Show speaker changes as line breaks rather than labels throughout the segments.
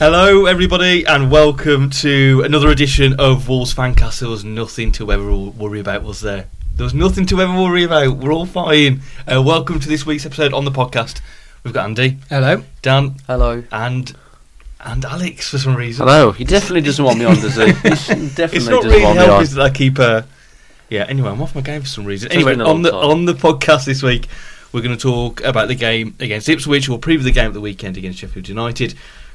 Hello, everybody, and welcome to another edition of Wolves Fancast. There was nothing to ever worry about, was there? There was nothing to ever worry about. We're all fine. Uh, welcome to this week's episode on the podcast. We've got Andy,
Uh,
Hello.
Dan,
Hello.
and and Alex for some reason.
Hello. He definitely doesn't want me on, does he? He definitely
It's not
doesn't
really
want me
helping
on.
that I keep. Uh, yeah. Anyway, I'm off my game for some reason.
It's
Anyway,
been a
on
long
the
time.
on the podcast this week, we're going to talk about the game against Ipswich. We'll preview the game at the weekend against Sheffield United,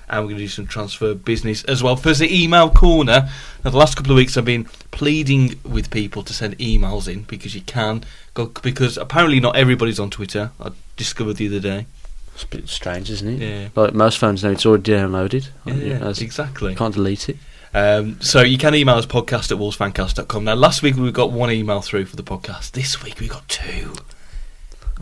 and we're going to do some transfer business as well. First, the email corner. Now, the last couple of weeks, I've been pleading with people to send emails in because you can. Go, because apparently, not everybody's on Twitter. I discovered the other day.
It's a bit strange, isn't it?
Yeah.
Like most phones now, it's already downloaded.
Yeah,
As-
exactly.
Can't delete it.
Um, so you can email us podcast at wolvesfancast.com. Now, last week we got one email through for the podcast. This week we got two.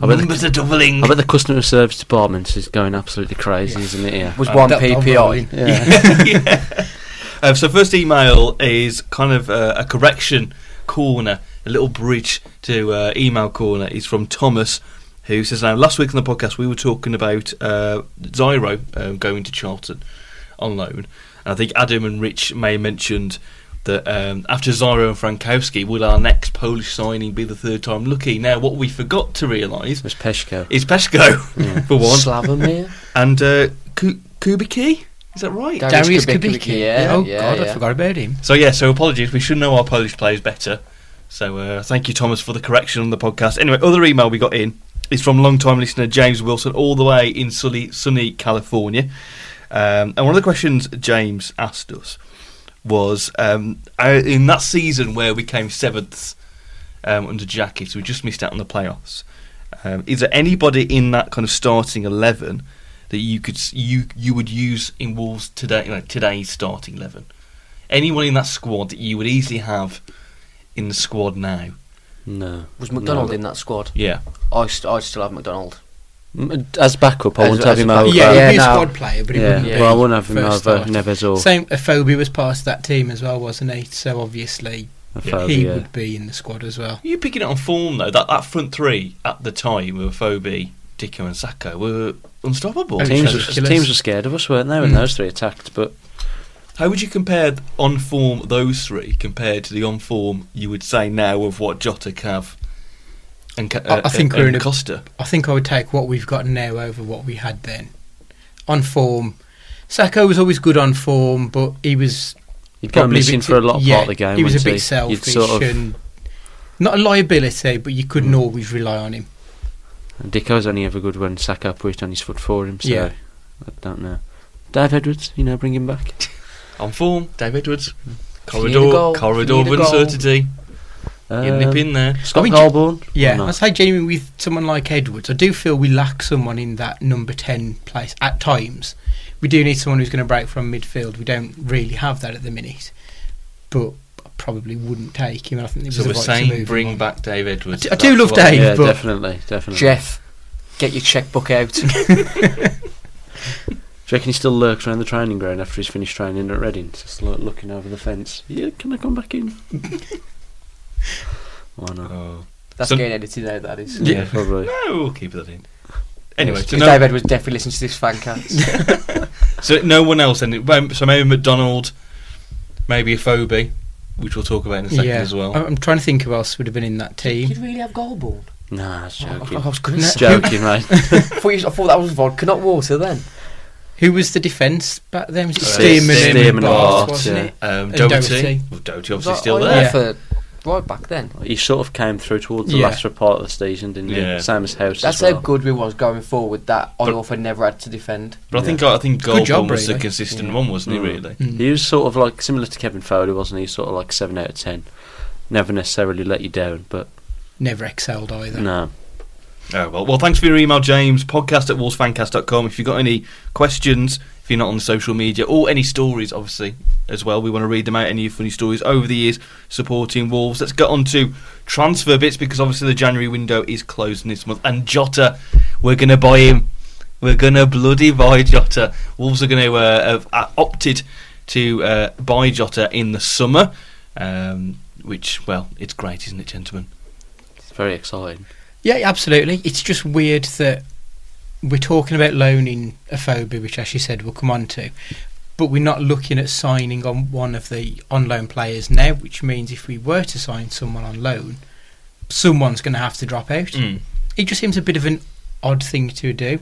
I bet the-
Numbers are doubling.
I bet the customer service department is going absolutely crazy, isn't it? Yeah.
Was
Um,
one
that-
PPI.
yeah.
Yeah. Um, so first email is kind of uh, a correction corner, a little bridge to uh, email corner. is from Thomas, who says, "Now last week on the podcast we were talking about uh, Zyro um, going to Charlton on loan, and I think Adam and Rich may mentioned." That um, after Zyro and Frankowski, will our next Polish signing be the third time lucky? Now, what we forgot to realise
It was Peshko.
is Peshko
Yeah.
for one
Slavomir?
and uh, Ku- Kubicki. Is that right?
Darius Kubicki.
Yeah.
oh
yeah,
God,
yeah.
I forgot about him.
So yeah, so apologies. We should know our Polish players better. So uh, thank you, Thomas, for the correction on the podcast. Anyway, other email we got in is from long-time listener James Wilson, all the way in sunny, sunny California. Um, and one of the questions James asked us was um, uh, in that season where we came seventh um, under Jackie, so we just missed out on the playoffs. Um, is there anybody in that kind of starting eleven that you could s- you you would use in Wolves today? You know, today's starting eleven. Anyone in that squad that you would easily have in the squad now?
No.
Was McDonald
no.
in that squad?
Yeah,
I, st- I still have McDonald.
M- As backup, I
As-
wouldn't have
as a
him
backup.
over.
Okay.
Yeah, he'd be a
Yeah, no.
squad player, but he
Yeah,
wouldn't
yeah.
be.
Oh, Well, I wouldn't have him
first
over
start.
Neves or
Same, a phobia was part of that team as well, wasn't he? So obviously
Afobe,
he
yeah.
would be in the squad as well.
you're picking it on form though. That that front three at the time were Phoebe, Dicko, and Sacco were unstoppable.
Oh,
Teams,
it's
was,
ridiculous.
teams were scared of us, weren't they, when
Mm.
those three attacked? But
How would you compare th- on form those three compared to the on form you would say now of what Jota, Cav, and Ca-
I- I
uh,
think
and
we're in a-
Costa?
I think I would take what we've got now over what we had then. On form, Sacco was always good on form, but he was
you'd go
probably a
missing
bit-
for a lot of
yeah,
part of the game.
He was a
wouldn't
bit
You'd
selfish
sort of Mm.
and not a liability, but you couldn't always rely on him.
And Dicko's only ever good when Saka put it on his foot for him, so
Yeah.
I don't know. Dave Edwards, you know, bring him back.
On form, Dave Edwards.
If you need
Corridor,
a goal, if
corridor
you
of
need a goal.
uncertainty. you nip
Um,
in there.
Scott
I mean,
Goldborn?
Yeah,
Or
I
not?
say genuinely with someone like Edwards, I do feel we lack someone in that number ten place at times. We do need someone who's going to break from midfield. We don't really have that at the minute, but I probably wouldn't take him. I think it was
So
the
we're
right to
saying
move him
bring
on.
back Dave Edwards.
I do- I do
That's
love
what-
Dave,
yeah,
but
definitely,
Hmm.
definitely.
Jeff, get your checkbook out.
Do you reckon he still lurks around the training ground after he's finished training at Reading? Just lo- looking over the fence. Yeah, can I come back in? Why not?
Oh.
That's
So-
getting edited out, that is.
Yeah.
Yeah, probably.
No, we'll keep that in. Anyway,
Yes,
so
'cause
no,
Dave Edwards definitely listens to this fancast.
so no one else. And so maybe McDonald, maybe a Phoebe, which we'll talk about in a second
yeah, Uh,
as well.
I- I'm trying to think who else would have been in that
You'd
team.
really have Goldborn?
Nah, I was
I,
joking.
I was going
Oh, No.
Just
to say.
joking, mate.
I thought, you, I thought that was vodka, not water then.
Who was the defence back then? Was it
Ste-
Stearman and,
Stearman Uh, and
Barnes,
Bart,
wasn't
yeah.
it?
Um,
And
Doherty.
Doherty.
Well, Doherty
Was
obviously
I-
still
I
there.
for right back then.
He sort of came through towards the
Yeah.
latter part of the season, didn't he?
Yeah.
Same as House
That's
as well.
how good we was going forward that I
But-
often never had to defend.
But I think I think
Good
Goldborn
job,
was the
really.
consistent
Yeah.
one, wasn't he?
Mm.
Really.
Mm.
He was sort of like similar to Kevin Foley, wasn't he? Sort of like seven out of ten. Never necessarily let you down, but
Never excelled either.
no.
Oh, well, well, thanks for your email, James. Podcast at wolvesfancast.com. If you've got any questions, if you're not on the social media, or any stories, obviously, as well, we want to read them out. Any funny stories over the years supporting Wolves. Let's get on to transfer bits because obviously the January window is closing this month. And Jota, we're going to buy him. We're going to bloody buy Jota. Wolves are going to uh, have uh, opted to uh, buy Jota in the summer, um, which, well, it's great, isn't it, gentlemen?
It's very exciting.
Yeah, absolutely. It's just weird that we're talking about loaning a phobia, which as you said we'll come on to, but we're not looking at signing on one of the on loan players now, which means if we were to sign someone on loan, someone's going to have to drop out.
Mm.
It just seems a bit of an odd thing to do.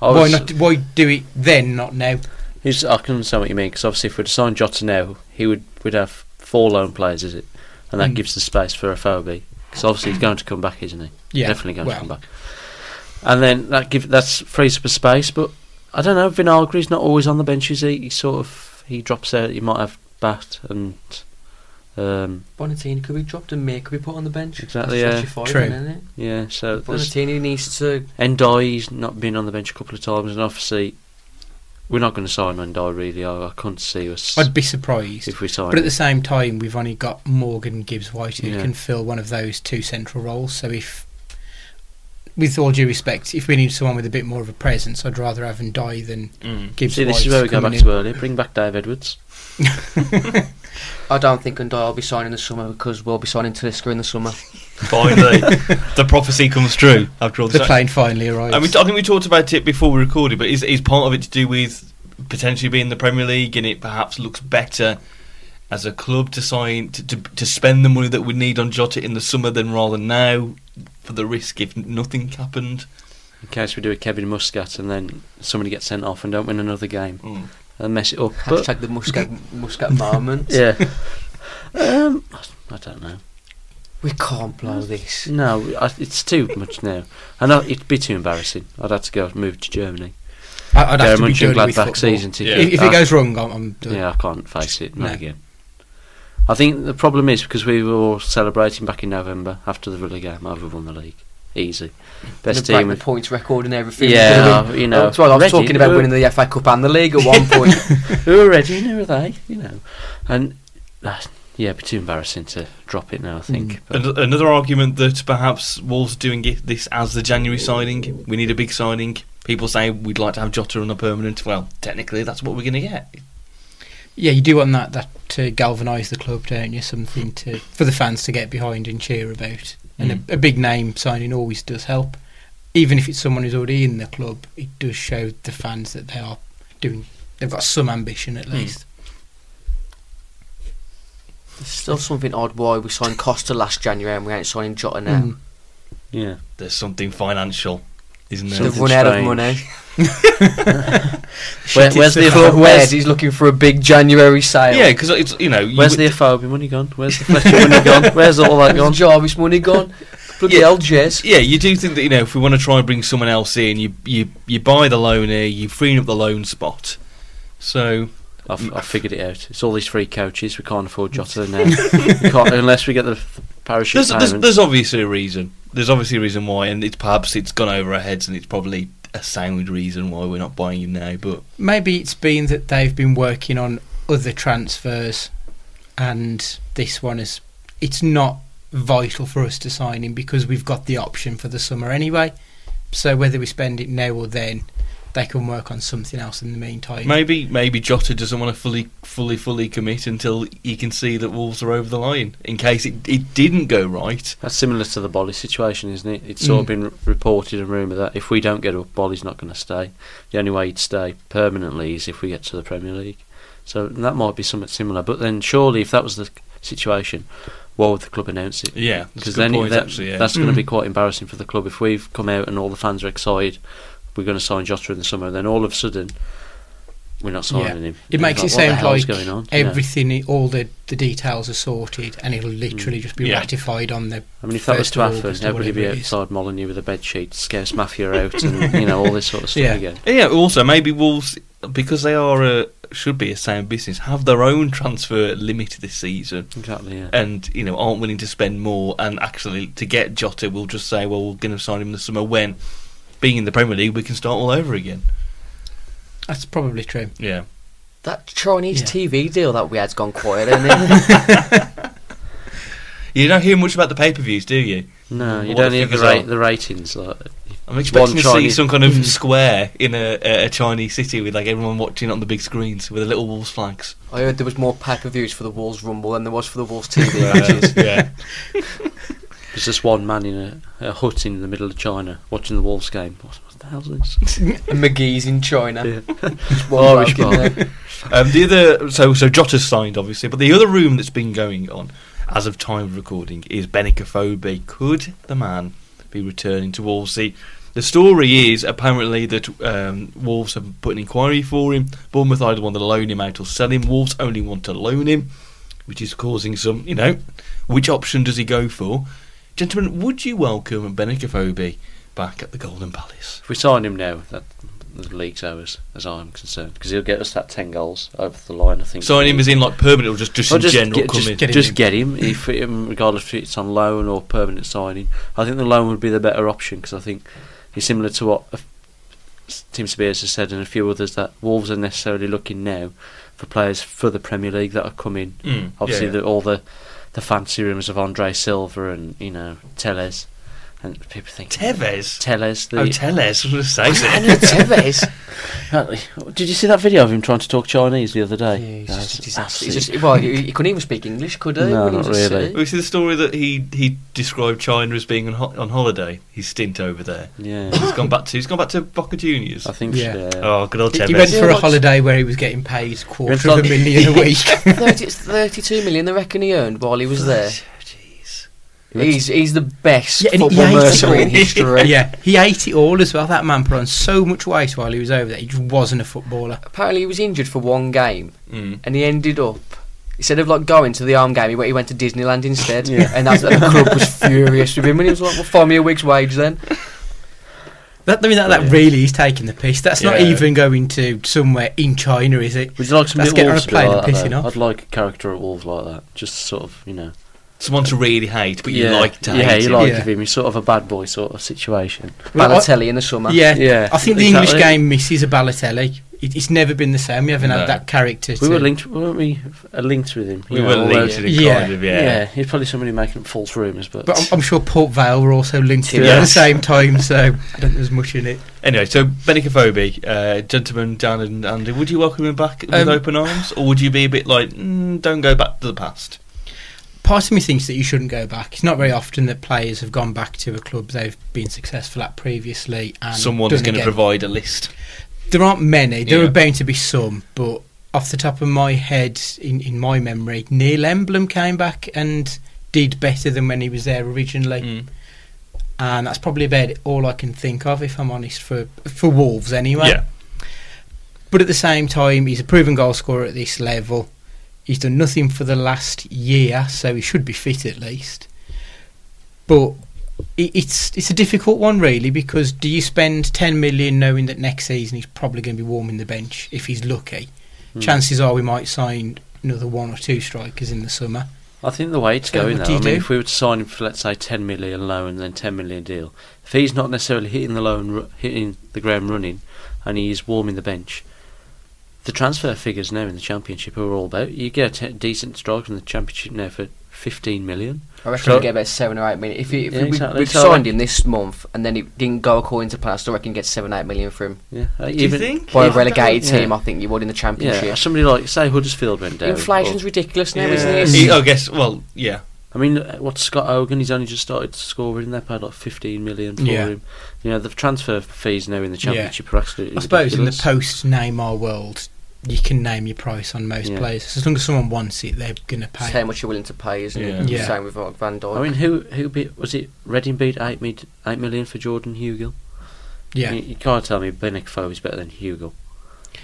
I
why
was-
not? Why do it then, not now?
He's, I can understand what you mean because obviously if we'd signed Jota now, he would would have four lone players, is it? And that
Mm.
gives the space for a Fobi because obviously he's going to come back, isn't he?
Yeah,
definitely going
well,
to come back. And then that give that's frees up a space, but I don't know. Vinagre's not always on the bench, is he? He sort of he drops out. He might have Bat and um,
Bonatini could be dropped and Mir could be put on the bench.
Exactly,
That's
yeah.
your five,
True.
Isn't it?
yeah. So there's
Bonatini needs to.
Endai's not been on the bench a couple of times, and obviously we're not going to sign Endai really. I, I can't see us
I'd be surprised.
if we sign.
But at
him.
the same time, we've only got Morgan Gibbs White who
Yeah.
can fill one of those two central roles. So if, with all due respect, if we need someone with a bit more of a presence, I'd rather have him die than
Mm.
Gibbs
See,
White.
this is where we go back to earlier. Bring back Dave Edwards.
I don't think Undy will be signing in the summer because we'll be signing Talisca in the summer.
Finally, the prophecy comes true after all
the
this.
plane finally arrives.
And we, I think we talked about it before we recorded, but is, is part of it to do with potentially being the Premier League and it perhaps looks better as a club to sign to, to, to spend the money that we need on Jota in the summer than rather now for the risk if nothing happened?
In case we do a Kevin Muscat and then somebody gets sent off and don't win another game
Mm.
and mess it up. But,
Hashtag the Muscat Muscat moment.
yeah. um, I don't know.
We can't blow this.
No, I, it's too much now. I know it'd be too embarrassing. I'd have to go move to Germany.
I- I'd have to
Gary
be
Munchen,
good with football.
Gladbach season
Yeah.
ticket.
If, if
I-
it goes wrong, I'm, I'm done.
yeah, I can't face it. Not
No.
again. I think the problem is because we were all celebrating back in November after the Villa game. I've won the league, easy, best
Gonna break
team.
the
we've-
points record and everything.
Yeah, you know.
That's why I was
Reading,
talking about
we were-
winning the FA Cup and the league at one point.
who are ready and who are they, you know. And that's, yeah, it'd be too embarrassing to drop it now, I think.
Mm.
But
An- Another argument that perhaps Wolves are doing it, this as the January signing. We need a big signing. People say we'd like to have Jota on a permanent. Well, technically, that's what we're going to get.
Yeah, you do want that that to galvanise the club, don't you? Something to for the fans to get behind and cheer about. And
Mm.
a, a big name signing always does help, even if it's someone who's already in the club. It does show the fans that they are doing. They've got some ambition at
Mm.
least.
There's still something odd why we signed Costa last January and we ain't signing Jota now.
Mm.
yeah.
There's something financial, isn't there?
They've
Something
run out of
strange.
money.
Where, where's the
Club
Afo-
Wed
where's,
is looking for a big January sale.
Yeah, because it's you know you
where's
would-
the Afobi money gone? Where's the Fletcher money gone? Where's all that
Where's
gone?
the Jarvis money gone? Bloody
Yeah.
hell, Jez.
Yeah, you do think that you know if we want to try and bring someone else in, you you you buy the loaner, you freeing up the loan spot. So
I've, I've figured it out. It's all these free coaches. We can't afford Jota now. we can't, unless we get the f- parachute
there's,
payments.
there's there's obviously a reason. There's obviously a reason why, and it's perhaps it's gone over our heads, and it's probably a sound reason why we're not buying him now. But
Maybe it's been that they've been working on other transfers, and this one is. It's not vital for us to sign him because we've got the option for the summer anyway. So whether we spend it now or then, they can work on something else in the meantime.
maybe maybe Jota doesn't want to fully fully fully commit until he can see that Wolves are over the line. In case it it didn't go right,
That's similar to the Bolly situation, isn't it? It's sort of
Mm.
been r- reported and rumoured that if we don't get up, Bolly's not going to stay. The only way he'd stay permanently is if we get to the Premier League. So that might be somewhat similar. But then surely, if that was the c- situation, why would the club announce it?
yeah, that's a
Because
good
then it-
point,
that-
actually, yeah.
that's going to
Mm.
be quite embarrassing for the club. If we've come out and all the fans are excited, we're going to sign Jota in the summer, and then all of a sudden, we're not signing
Yeah.
him.
It
And
makes it
it's like, what
sound
the hell's
like
going on? Yeah.
everything, all the, the details are sorted, and it'll
Mm.
literally just be
Yeah.
ratified on the.
I mean, if that was
first
to
of all,
happen,
just
everybody would be
whatever it is.
outside Molyneux with a bed sheet, scarce mafia out, and you know all this sort of stuff
Yeah.
again.
Yeah, also maybe Wolves because they are a, should be a sound business have their own transfer limit this season
Exactly. Yeah.
and you know aren't willing to spend more and actually to get Jota we'll just say well we're going to sign him in the summer when being in the Premier League we can start all over again.
That's probably true.
Yeah.
That Chinese
Yeah.
TV deal that we had's gone quiet, isn't it?
You don't hear much about the pay-per-views, do you?
No, you
What
don't
the
need the,
figures
ra-
are.
the ratings. Like,
I'm expecting to
One
see
Chinese-
some kind of
Mm.
square in a, a, a Chinese city with like everyone watching on the big screens with the little Wolves flags.
I heard there was more pay-per-views for the Wolves Rumble than there was for the Wolves TV matches.
Whereas, yeah.
there's this one man in a, a hut in the middle of China watching the Wolves game. What, what the hell's this?
And McGee's in China.
Yeah.
Just one
Irish
bloke in
bloke.
there.
Um, the other, so so Jota's signed obviously, but the other room that's been going on as of time of recording is Benicophobia. Could the man be returning to Wolsey? The story is apparently that um, Wolves have put an inquiry for him. Bournemouth either want to loan him out or sell him. Wolves only want to loan him, which is causing some, you know, which option does he go for? Gentlemen, would you welcome Benicophobia back at the Golden Palace?
If we sign him now, that the league's ours, as I'm concerned, because he'll get us that ten goals over the line. I think.
Signing him is in like permanent or just, just
Or
in general
get,
come
Oh, just,
in?
Get him
just
in.
get him, if um, regardless if it's on loan or permanent signing. I think the loan would be the better option because I think it's similar to what uh, Tim Spears has said and a few others that Wolves are necessarily looking now for players for the Premier League that are coming.
Mm, yeah,
Obviously,
yeah.
The, all the the fancy rumours of Andre Silva and you know Teles and people think
Tevez.
Teles. The,
oh, Tevez. I was going to say.
Daniel Tevez.
Did you see that video of him trying to talk Chinese the other day?
Yeah, he's
That
just a
was
disaster. He's
absolute-
just- well, he, he couldn't even speak English, could he?
No,
when he
not
was at
really.
City?
We see the story that he he described China as being on, ho- on holiday. His stint over there.
yeah,
He's gone back to he's gone back to Boca Juniors.
I think
Yeah.
yeah.
Oh, good old
He-
Tevez.
He went for a
Watch-
holiday where he was getting paid quarter of a
Went on-
million a week.
30, it's 32 million they reckon he earned while he was there.
Oh, Jeez.
He's he's the best
Yeah, and he-
football
yeah, he's
mercenary in
great.
history.
yeah, he ate it all as well. That man put on so much weight while he was over there. He just wasn't a footballer.
Apparently, he was injured for one game,
Mm.
and he ended up instead of like going to the arm game, he went, he went to Disneyland instead.
Yeah.
And that's, and the club was furious with him, and he was like, "Well, find me a week's wage then."
That, I mean, that, that
Brilliant.
really is taking the piss. That's not
Yeah.
even going to somewhere in China, is it?
Would you like some
Let's
Wolves
get on a
to be
plane
like
and
that,
pissing
though?
off.
I'd like a character at Wolves like that. Just sort of, you know.
Someone to really hate, but you like to
Yeah,
hate
you
him.
like
Yeah.
him. He's sort of a bad boy sort of situation.
Well, I-
Balotelli in the summer.
Yeah,
Yeah,
I think the
exactly.
English game misses a Balotelli. It, it's never been the same. We haven't
No.
had that character.
We
to-
were linked, weren't we? Uh, linked with him.
We
you
were
know,
linked
although-
in
Yeah.
kind of
Yeah.
yeah.
he's probably somebody making up false rumours, but,
But I'm, I'm sure Port Vale were also linked to it at the
Yes.
same time, so I don't think there's much in it.
Anyway, so Benicophobia, uh, gentlemen Dan and Andy, would you welcome him back with
Um,
open arms, or would you be a bit like, mm, don't go back to the past?
Part of me thinks that you shouldn't go back. It's not very often that players have gone back to a club they've been successful at previously. And
Someone
done
is going to
again.
provide a list.
There aren't many. There
Yeah.
are bound to be some, but off the top of my head, in, in my memory, Neil Emblem came back and did better than when he was there originally,
Mm.
and that's probably about all I can think of, if I'm honest, for for Wolves anyway.
yeah,
But at the same time, he's a proven goal scorer at this level. He's done nothing for the last year, so he should be fit at least. But i- it's it's a difficult one really because do you spend 10 million knowing that next season he's probably going to be warming the bench if he's lucky?
Hmm.
Chances are we might sign another one or two strikers in the summer.
I think the way it's
Yeah,
going though,
what do
I
you
mean,
do?
if we were to sign him for let's say 10 million loan and then 10 million deal, if he's not necessarily hitting the loan, ru- hitting the ground running, and he's warming the bench, the transfer figures now in the championship are all about. You get a te- decent striker in the championship now for 15 million.
I reckon
So-
he'd get about seven or eight million. If, he, if
Yeah,
we,
exactly.
we
So I
signed
reckon-
him this month and then it didn't go according to plan, I still reckon he'd get seven, eight million for him.
Yeah, uh,
do you think?
By
Yeah.
a relegated
Yeah.
team, I think you would in the Championship.
Yeah, somebody like say Huddersfield went down.
Inflation's ridiculous now, isn't
Yeah.
it?
He- I guess. Well, yeah.
I mean, uh, what's Scott Hogan? He's only just started scoring. They paid like 15 million for
Yeah.
him. You know, the transfer fees now in the
Yeah.
championship are absolutely.
I suppose in the
ridiculous.
post Neymar world, you can name your price on most
Yeah.
players. As long as someone wants it, they're going to
It's
pay.
how much you're willing to pay, isn't
Yeah.
it?
Yeah.
Same with like, Van Dijk.
I mean, who who beat, was it? Reading beat eight mid, eight million for Jordan Hugill.
Yeah.
you, you can't tell me Benickfo is better than Hugill.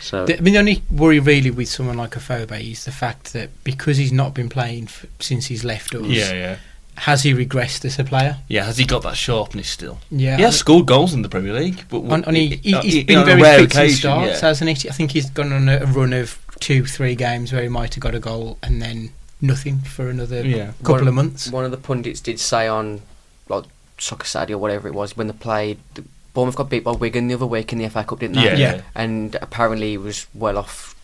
So
The, I mean, the only worry really with someone like Afobe is the fact that because he's not been playing f- since he's left us,
Yeah, yeah.
has he regressed as a player?
Yeah, has he got that sharpness still?
Yeah.
He has scored goals in the Premier League, but
On, on, he, he,
uh,
has
he-
been
on a
very
rare
fixed in
occasion,
starts,
yeah.
hasn't he? I think he's gone on a, a run of two, three games where he might have got a goal and then nothing for another
Yeah.
couple
One-
of months.
One of the pundits did say on like Soccer Saturday or whatever it was when they played. The Bournemouth got beat by Wigan the other week in the FA Cup, didn't they?
Yeah.
Yeah.
And apparently he was well off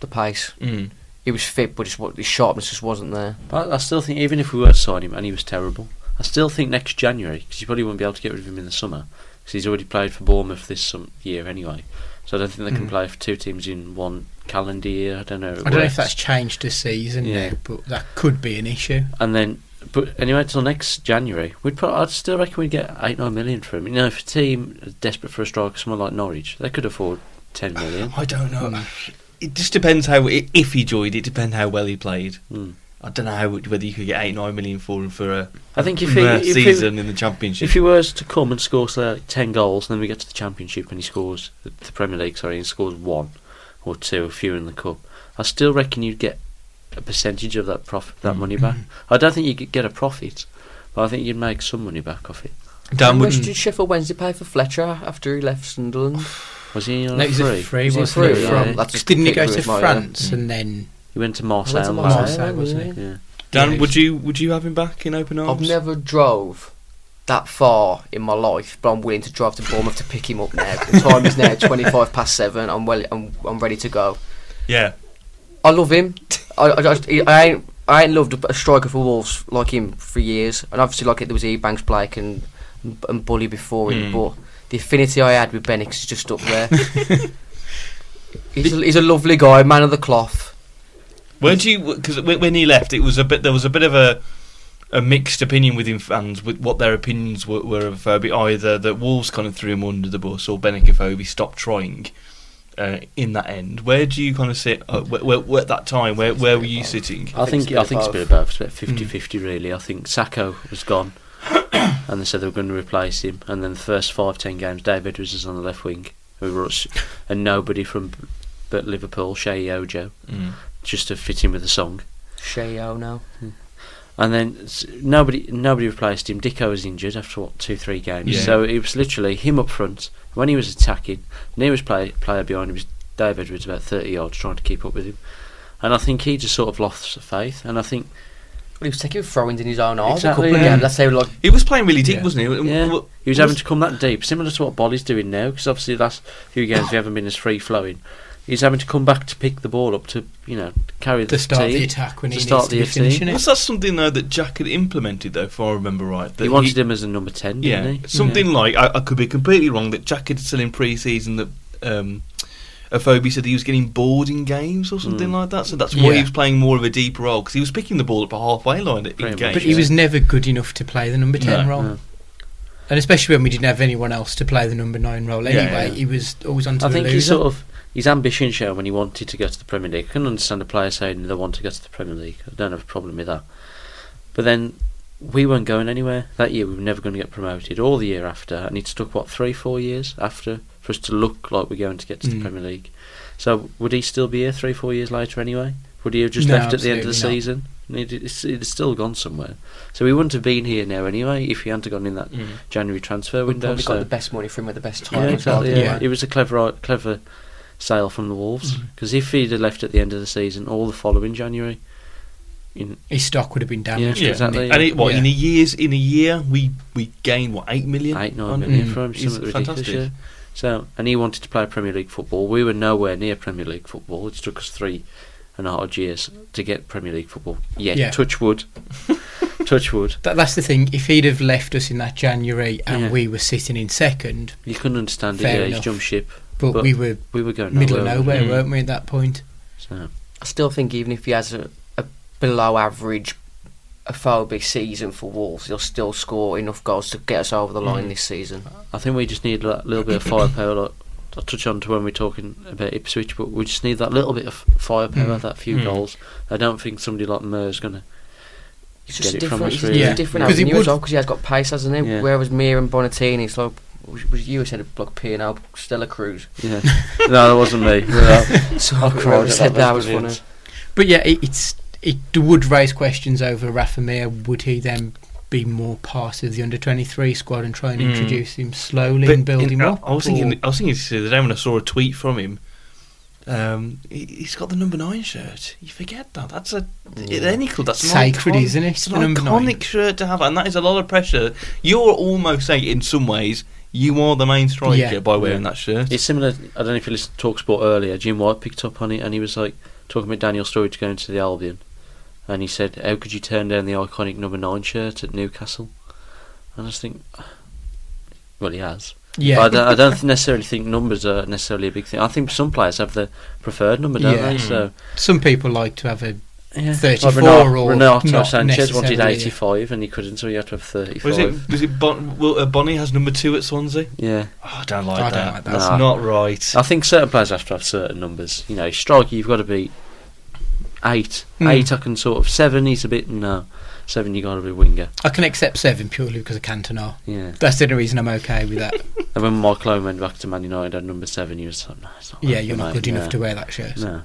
the pace.
Mm.
He was fit, but just what his sharpness just wasn't there.
I, I still think even if we were to sign him and he was terrible, I still think next January because you probably won't be able to get rid of him in the summer because he's already played for Bournemouth this some year anyway. So I don't think they can
Mm.
play for two teams in one calendar year. I don't know.
I don't know if that's changed this season
Yeah.
now, but that could be an issue.
And then, but anyway, till next January, we'd put. I'd still reckon we'd get eight, nine million for him. You know, if a team is desperate for a striker, someone like Norwich, they could afford ten million.
Mm.
I don't know. it just depends how if he joined. It depends how well he played.
Mm.
I don't know how, whether you could get eight nine million for him for a
I think if he,
uh,
if he-
season in the championship.
If he was to come and score say, like, ten goals, and then we get to the Championship and he scores the Premier League, sorry, and scores one or two, a few in the cup, I still reckon you'd get a percentage of that prof- that money back. I don't think you could get a profit, but I think you'd make some money back off it.
Dan
How
would
much did Sheffield Wednesday pay for Fletcher after he left Sunderland?
Was he on
No,
a
he's
free?
a free,
Is he
wasn't
free?
he?
Yeah.
From-
That's
'cause didn't he go
completely
to
with my-
France and then
He went to
Oh,
Marseille.
Went to
and
Marseille.
Marseille.
Marseille, wasn't he?
Yeah.
Dan,
Yeah,
would
he's-
you would you have him back in open
I've
arms?
never drove that far in my life, but I'm willing to drive to Bournemouth to pick him up now. The time is now 25 past seven. I'm well. I'm, I'm ready to go.
Yeah,
I love him. I, I, just- I ain't I ain't loved a striker for Wolves like him for years, and obviously like it there was Ebanks, Blake, and and Bully before him.
Hmm.
But the affinity I had with Benix is just up there. he's, a, he's a lovely guy, man of the cloth.
weren't you? Because when when he left, it was a bit. There was a bit of a a mixed opinion within fans with what their opinions were, were of Fobie. Either that Wolves kind of threw him under the bus, or Benik Fobie stopped trying. Uh, in that end, where do you kind of sit? Uh, where, where, where at that time, where where were you sitting?
I think I think it's a bit of both. It's about 50-50 really. I think Sacco was gone, and they said they were going to replace him. And then the first five ten games, David was just on the left wing, who was and nobody from b- but Liverpool, Shea Ojo,
Mm.
just to fit in with the song.
Shayo now.
And then s- nobody nobody replaced him. Dicko was injured after what two three games.
Yeah.
So it was literally him up front when he was attacking. The nearest play, player behind him was Dave Edwards, about thirty yards, trying to keep up with him. And I think he just sort of lost faith. And I think
Well, he was taking throw-ins in his own arms
Exactly,
a couple
yeah.
of games. Let's say like
He was playing really deep,
Yeah.
wasn't he?
Yeah,
W-
he
was-
was having to come that deep, similar to what Bolly's doing now, because obviously the last few games we haven't been as free flowing. He's having to come back to pick the ball up to you know carry the
to start
team.
the attack when
to
he
start
needs
the
to be
team.
finishing
Was
it?
that something though that Jack had implemented though, if I remember right? That
he wanted him as a number ten,
yeah,
didn't he?
something like I, I could be completely wrong. That Jack had said in pre-season that um, Afobi said he was getting bored in games or something
Mm.
like that. So that's why he
Yeah.
was playing more of a deep role because he was picking the ball up a halfway line in
Pretty
games.
But he was never good enough to play the number ten
No,
role,
no.
and especially when we didn't have anyone else to play the number nine role.
Yeah,
Anyway,
yeah.
he was always on to
I
the
think he
loser.
sort of his ambition shown when he wanted to go to the Premier League. I can understand a player saying they want to go to the Premier League. I don't have a problem with that. But then we weren't going anywhere that year. We were never going to get promoted, or the year after, and it took what three, four years after for us to look like we're going to get to the
Mm.
Premier League. So would he still be here three, four years later anyway? Would he have just
No,
left at the end of the
absolutely not.
season? He'd, he'd still gone somewhere. So he wouldn't have been here now anyway if he hadn't have gone in that
Mm.
January transfer
we
window.
probably
so-
got the best money for him at the best time.
yeah,
as well,
exactly.
didn't
Yeah.
yeah.
we?
It was a clever, uh, clever sale from the Wolves
Mm-hmm.
because if he'd have left at the end of the season or the following January, in,
his stock would have been damaged.
Yeah,
wouldn't it?
exactly.
And it, what
Yeah.
in a years in a year we we gained what eight million,
eight
on-
nine million
Mm.
for him,
He's
something ridiculous.
fantastic.
Yeah. So and he wanted to play Premier League football. We were nowhere near Premier League football. It took us three and a half years to get Premier League football. Yeah,
Yeah.
touch wood, touch wood.
That, that's the thing. If he'd have left us in that January and
Yeah.
we were sitting in second,
You couldn't understand it.
Fair
Yeah, he's
enough.
jumped ship.
but,
But
we were
We were going
middle of
nowhere.
nowhere,
Mm.
weren't we? At that point,
So
I still think even if he has a, a below average phobic season for Wolves, he'll still score enough goals to get us over the line
Mm.
this season.
I think we just need that little bit of firepower. Like, I'll touch on to when we're talking about Ipswich, but we just need that little bit of firepower,
Mm.
that few
Mm.
goals. I don't think somebody like Mur's going to.
It's
Get
just
it from
different.
us,
It's
really.
a
Yeah.
different
'Cause he
avenue as
would-
well because he has got pace, hasn't he?
Yeah.
Whereas Mir and Bonatini, it's like was, was you who said like P and L Stella Cruz.
Yeah. no, that wasn't me. No.
So
I cried.
whoever
at
said that was
brilliant.
funny.
but yeah, it, it's it would raise questions over Rafa Mir. Would he then be more part of the under twenty three squad and try and
Mm.
introduce him slowly
But
and build
in-
him up?
I, I was thinking.
or-
I was thinking this the other day when I saw a tweet from him. Um, he, he's got the number nine shirt. You forget that. That's a at any club. That's an
Sacred,
icon.
isn't it?
It's
The
an
number
iconic
nine.
shirt to have, and that is a lot of pressure. You're almost saying, in some ways, you are the main striker
Yeah.
by wearing
Yeah.
that shirt.
It's similar. I don't know if you listened to Talksport earlier. Jim White picked up on it, and he was like talking about Daniel Sturridge going to the Albion, and he said, "How could you turn down the iconic number nine shirt at Newcastle?" And I just think, well, he has.
yeah,
But I don't, I don't th- necessarily think numbers are necessarily a big thing. I think some players have the preferred number, don't
Yeah.
they? So
some people like to have a
Yeah.
34
Renato,
or
Renato
not
Sanchez wanted
necessarily.
85 and he couldn't, so he had to have 35.
Was it? Was it? Bon, well, uh, Bonnie has number two at Swansea.
Yeah.
Oh, I don't like
I
that.
don't like that.
That's
Nah.
not right.
I think certain players have to have certain numbers. You know, striker, you've got to be eight.
Hmm.
Eight, I can sort of. Seven, he's a bit. No. Seven, you got to be winger.
I can accept seven purely because of Cantona.
Yeah.
That's the only reason I'm okay with that.
And when Mark Lowe went back to Man United at number seven, he was like, no, it's not
yeah,
working,
you're not
mate.
good enough
No.
to wear that shirt.
No.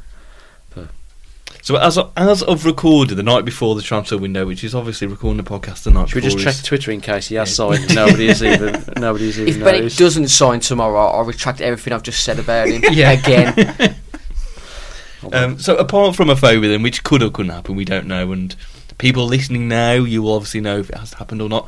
So as of, as of recording the night before the transfer window, which is obviously recording the podcast the night
Should we
before.
just check Twitter in case he has
Yeah.
signed? Nobody's even. Nobody's even.
If Bennett
noticed.
doesn't sign tomorrow, I'll retract everything I've just said about him
Yeah.
again.
Hold
Uh,
on.
Um, so apart from a phobia, then which could or couldn't happen, we don't know. And people listening now, you will obviously know if it has happened or not.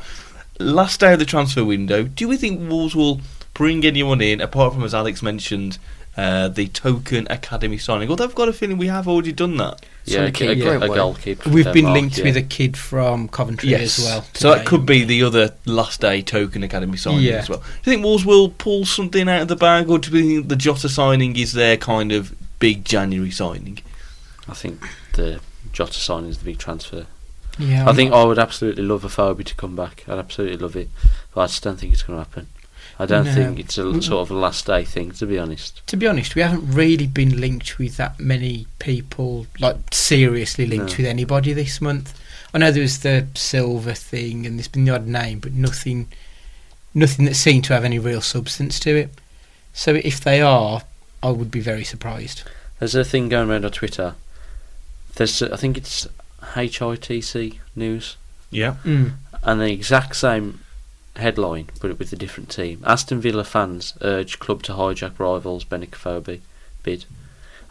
Last day of the transfer window, do we think Wolves will bring anyone in apart from as Alex mentioned? Uh, the token academy signing. Although I've got a feeling we have already done that.
yeah, a,
Some
a,
kid,
a
yeah.
goalkeeper. from
We've been
Denmark,
linked
yeah.
with a kid from Coventry as well.
So that
today.
could be the other last day token academy signing
Yeah.
as well. Do you think Wolves will pull something out of the bag, or do you think the Jota signing is their kind of big January signing?
I think the Jota signing is the big transfer.
Yeah,
I think I would absolutely love a Phobie to come back. I'd absolutely love it, but I just don't think it's going to happen. I don't
No.
think it's a l-
Mm-mm.
sort of a last day thing, to be honest.
to be honest, we haven't really been linked with that many people, like seriously linked
No.
with anybody this month. I know there was the silver thing, and there's been the odd name, but nothing, nothing that seemed to have any real substance to it. So if they are, I would be very surprised.
There's a thing going around on Twitter. There's, a- I think it's HITC news,
Yeah.
and the exact same headline, but with a different team. Aston Villa fans urge club to hijack rivals Benicophobia bid.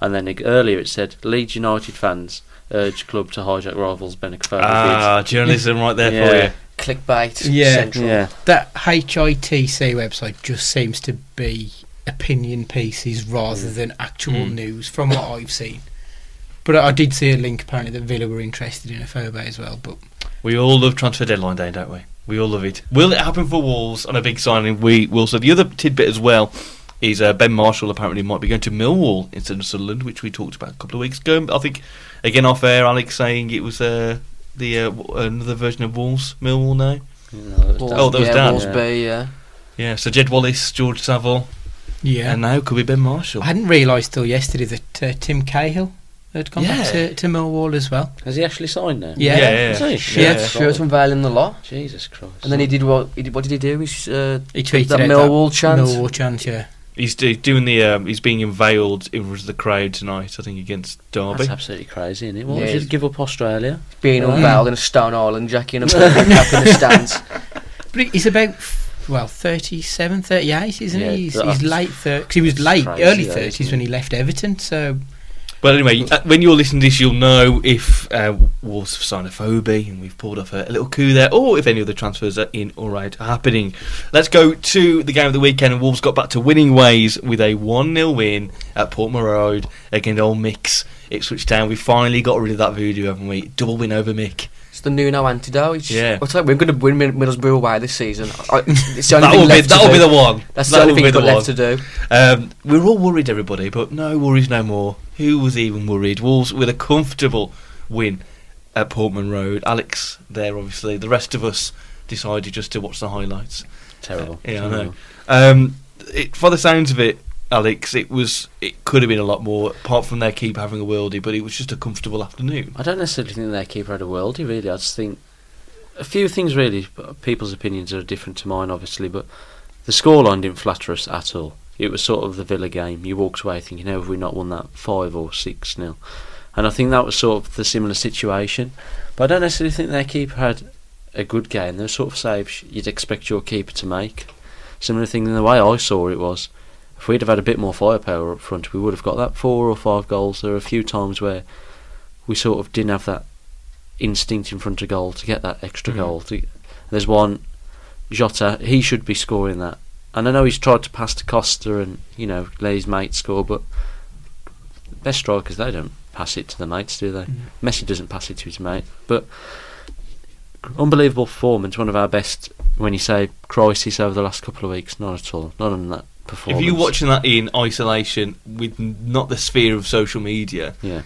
And then ag- earlier it said Leeds United fans urge club to hijack rivals Benicophobia
Ah, journalism right there for
Yeah.
you.
Clickbait.
Yeah.
bid.
Central.
Yeah.
That HITC website just seems to be opinion pieces rather
Mm.
than actual
Mm.
news, from what I've seen. But I I did see a link apparently that Villa were interested in a phobe as well, but
We all love transfer deadline day, don't we? We all love it. Will it happen for Wolves on a big signing? We will. So the other tidbit as well is uh, Ben Marshall apparently might be going to Millwall instead of Sunderland, which we talked about a couple of weeks ago. I think again off air, Alex saying it was uh, the uh, w- another version of Wolves Millwall now. Oh,
Wolves-
that was
yeah,
Dan.
Wolves
Yeah.
B, yeah.
Yeah. So Jed Wallace, George Savile,
yeah.
and now could be Ben Marshall.
I hadn't realised till yesterday that uh, Tim Cahill had gone back
Yeah.
to, to Millwall as well.
Has he actually signed now?
Yeah.
Yeah, yeah,
Has he?
Yeah.
Yeah, Stuart's unveiling the lot.
Jesus Christ.
And then he did what? He did, what did he do? He's, uh,
He tweeted
that
out
Millwall chant.
Millwall chant, yeah.
He's do- doing the. Um, he's being unveiled in front of the crowd tonight. I think against Derby.
That's absolutely crazy, isn't it? Why
Yeah,
don't you
it's-
give up Australia?
being
Mm.
unveiled in a Stone Island, Jackie and a purple cap in the stands.
But he's about, well, 37, 38, isn't
Yeah,
he? He's,
that's
he's late 30s. Because he was
it's
late,
crazy
early
though,
30s
isn't
when
it?
he left Everton, so
But anyway, uh, when you're listening to this, you'll know if uh, Wolves have signed a phobia and we've pulled off a, a little coup there, or if any other transfers are in or out happening. Let's go to the game of the weekend. and Wolves got back to winning ways with a 1 0 win at Portman Road against old Mix. Ipswich Town. We finally got rid of that voodoo, haven't we? Double win over Mick.
It's the Nuno antidote. It's-
Yeah.
I'll tell you, we're going to win Mid- Middlesbrough away this season. I, it's the only
That'll
thing
be,
left to
that'll
do.
be the one.
That's the
that'll
only thing
be
we've
the
got
one.
left to do.
Um, we we're all worried, everybody, but no worries no more. Who was even worried? Wolves with a comfortable win at Portman Road. Alex there, obviously. The rest of us decided just to watch the highlights.
Terrible.
Yeah, I know.
Terrible.
Um, it, for the sounds of it, Alex, it was it could have been a lot more, apart from their keeper having a worldie, but it was just a comfortable afternoon.
I don't necessarily think their keeper had a worldie, really. I just think a few things, really. but People's opinions are different to mine, obviously, but the scoreline didn't flatter us at all. It was sort of the Villa game. You walked away thinking, how have we not won that 5 or 6 nil? And I think that was sort of the similar situation. But I don't necessarily think their keeper had a good game. There were sort of saves you'd expect your keeper to make. Similar thing in the way I saw it was. If we'd have had a bit more firepower up front, we would have got that four or five goals. There were a few times where we sort of didn't have that instinct in front of goal to get that extra
Mm.
goal. To, there's one Jota, he should be scoring that. And I know he's tried to pass to Costa and you know let his mate score, but best strikers they don't pass it to the mates, do they? Messi doesn't pass it to his mate, but unbelievable performance, one of our best. When you say crisis over the last couple of weeks, not at all, not on that performance.
If you're watching that in isolation with n- not the sphere of social media,
yeah,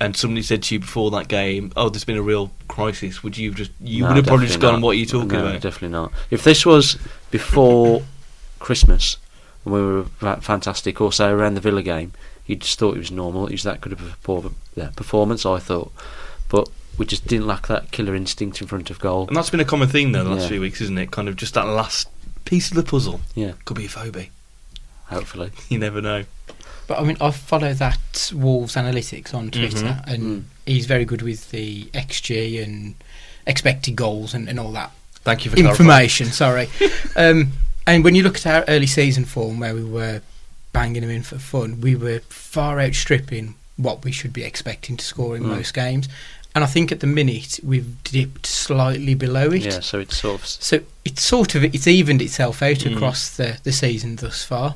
and somebody said to you before that game, "Oh, there's been a real crisis," would you have just you
No,
would have probably just
definitely
gone,
not.
"What are you talking
No,
about?"
Definitely not. If this was before Christmas and we were fa- fantastic, or say around the Villa game, you just thought it was normal. It was that good of a perfor- yeah, performance, I thought. But we just didn't lack that killer instinct in front of goal.
And that's been a common theme though the last
Yeah.
few weeks, isn't it? Kind of just that last piece of the puzzle.
Yeah,
Could be a phobia.
hopefully.
You never know.
But I mean, I follow that Wolves analytics on Twitter,
Mhm.
and
Mm.
he's very good with the XG and expected goals and, and all that
Thank you for clarifying.
information. Sorry. Um, and when you look at our early season form, where we were banging them in for fun, we were far outstripping what we should be expecting to score in
Mm.
most games. And I think at the minute we've dipped slightly below it.
Yeah, so it's sort of. s-
So it's sort of it's evened itself out
Mm.
across the, the season thus far.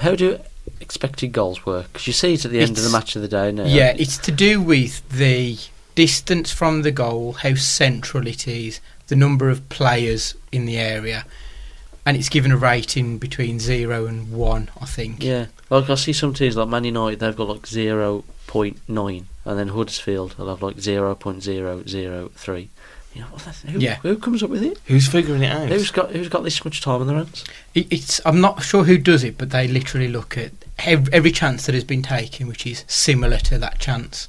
How do expected goals work? 'Cause you see it at the end of the
It's-
match of the day now.
Yeah, it's to do with the distance from the goal, how central it is, the number of players in the area, and it's given a rating between zero and one, I think.
Yeah, like I see some teams like Man United, they've got like zero point nine, and then Huddersfield, they'll have like zero point zero zero three. You know, what the- who,
Yeah.
who comes up with it?
Who's figuring it out?
Who's got who's got this much time on their hands?
It, it's I'm not sure who does it, but they literally look at ev- every chance that has been taken, which is similar to that chance.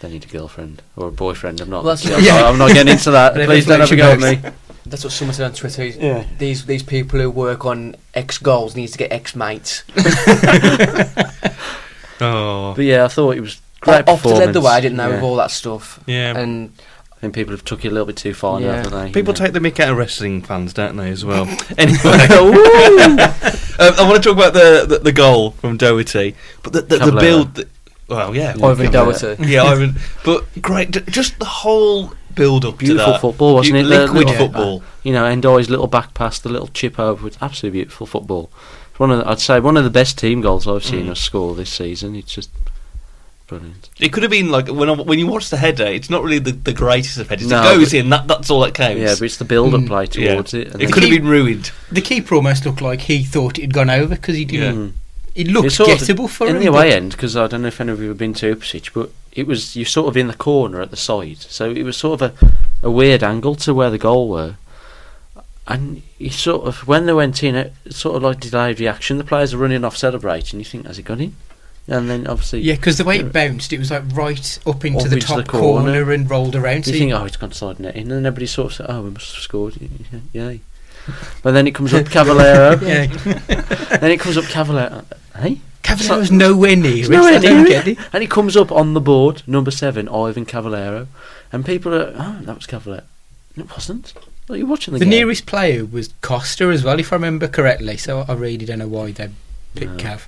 They need a girlfriend or a boyfriend. I'm not.
Well, that's-
I'm,
Yeah.
not I'm not getting into that.
But
Please don't have a go at
everyone
me.
That's what someone said on Twitter.
Yeah.
These these people who work on X goals needs to get X mates.
Oh,
But yeah, I thought it was great.
Often led the way, I didn't know,
know.
with all that stuff.
yeah.
And
I think people have took it a little bit too far now,
Yeah.
haven't they?
People
You know.
take the mick out of wrestling fans, don't they, as well? anyway, um, I want to talk about the, the, the goal from Doherty, but the, the, the
Cavalera.
build. that well, yeah.
Yeah.
Ivan
give
Doherty.
Yeah, I mean, but great. ju- Just the whole build up to
Beautiful
that.
football, wasn't
Bu-
it? The
Liquid
little-
football.
you know, Endoy's little back pass, the little chip over, it's absolutely beautiful football. It's One of the, I'd say one of the best team goals I've seen
Mm.
us score this season. It's just brilliant.
It could have been like when I, when you watch the header, it's not really the, the greatest of headers.
No,
it goes
but-
in. That that's all that counts.
Yeah, but it's the build-up
Mm.
play
Yeah.
towards it. And
it
then-
could have
keep-
been ruined.
The keeper almost looked like he thought it had gone over because he didn't.
Mm.
It looked
It's sort of-
gettable for
in
him.
the
but-
away end because I don't know if any of you have been to Ipswich, but it was you sort of in the corner at the side, so it was sort of a, a weird angle to where the goal were. And you sort of when they went in, it sort of like delayed reaction. The players are running off celebrating. You think has it gone in? And then obviously
Yeah, because the way it bounced, it was like right up into
Up
the
into
top
the
corner.
corner.
and rolled around. So
you
you-
think, oh, it's gone side net in, and everybody sort of said, oh, we must have scored, yay. But then it comes up Cavallero,
yeah,
then it comes up Cavallero, hey?
Cavallero was nowhere near
He's
it. I
nowhere
don't
near
get it.
it. And he comes up on the board, number seven, Ivan Cavallero, and people are, oh, that was Cavallero. And It wasn't. Well, you're watching the,
The
game.
nearest player was Costa as well, if I remember correctly. So I really don't know why they picked
No.
Cav.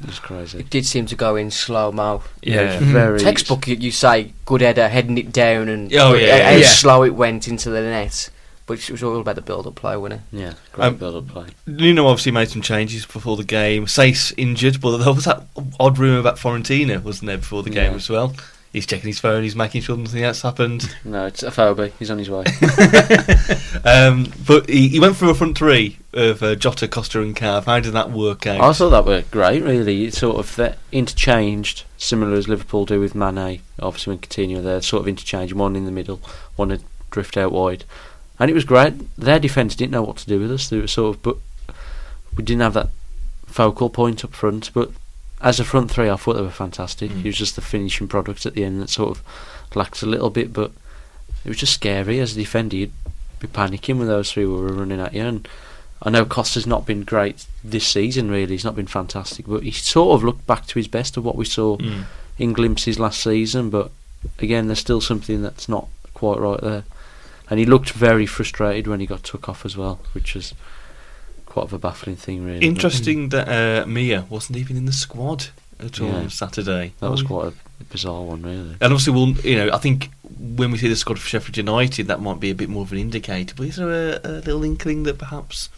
It was crazy.
it did seem to go in slow mo.
It was
Mhm.
Very
Textbook, you, you say good header, heading it down, and
Oh, yeah,
how-
yeah,
how
yeah.
slow it went into the net. But it was all about the build-up play, wasn't it?
Yeah, great
Um,
build-up play.
Nuno obviously made some changes before the game. Sace injured, but there was that odd rumor about Fiorentina, wasn't there, before the game
Yeah.
as well? He's checking his phone. He's making sure nothing else happened.
No, it's a phobia. He's on his way.
Um, but he, he went through a front three of uh, Jota, Costa, and Cav. How did that work out?
I thought that worked great, really. It sort of that interchanged, similar as Liverpool do with Mane, obviously when Coutinho there, sort of interchange one in the middle, one to drift out wide, and it was great. Their defence didn't know what to do with us. They were sort of, but we didn't have that focal point up front. But as a front three, I thought they were fantastic.
Mm.
It was just the finishing product at the end that sort of lacked a little bit, but it was just scary as a defender. You'd be panicking when those three were running at you, and I know Costa's not been great this season. Really, he's not been fantastic, but he sort of looked back to his best of what we saw
Mm.
in glimpses last season. But again, there's still something that's not quite right there, and he looked very frustrated when he got took off as well, which is quite of a baffling thing, really. but
Interesting that uh, Mia wasn't even in the squad at all
Yeah.
on Saturday. Oh,
That was quite a bizarre one, really.
And obviously, we'll, you know, I think when we see the squad for Sheffield United, that might be a bit more of an indicator. But is there a, a little inkling that perhaps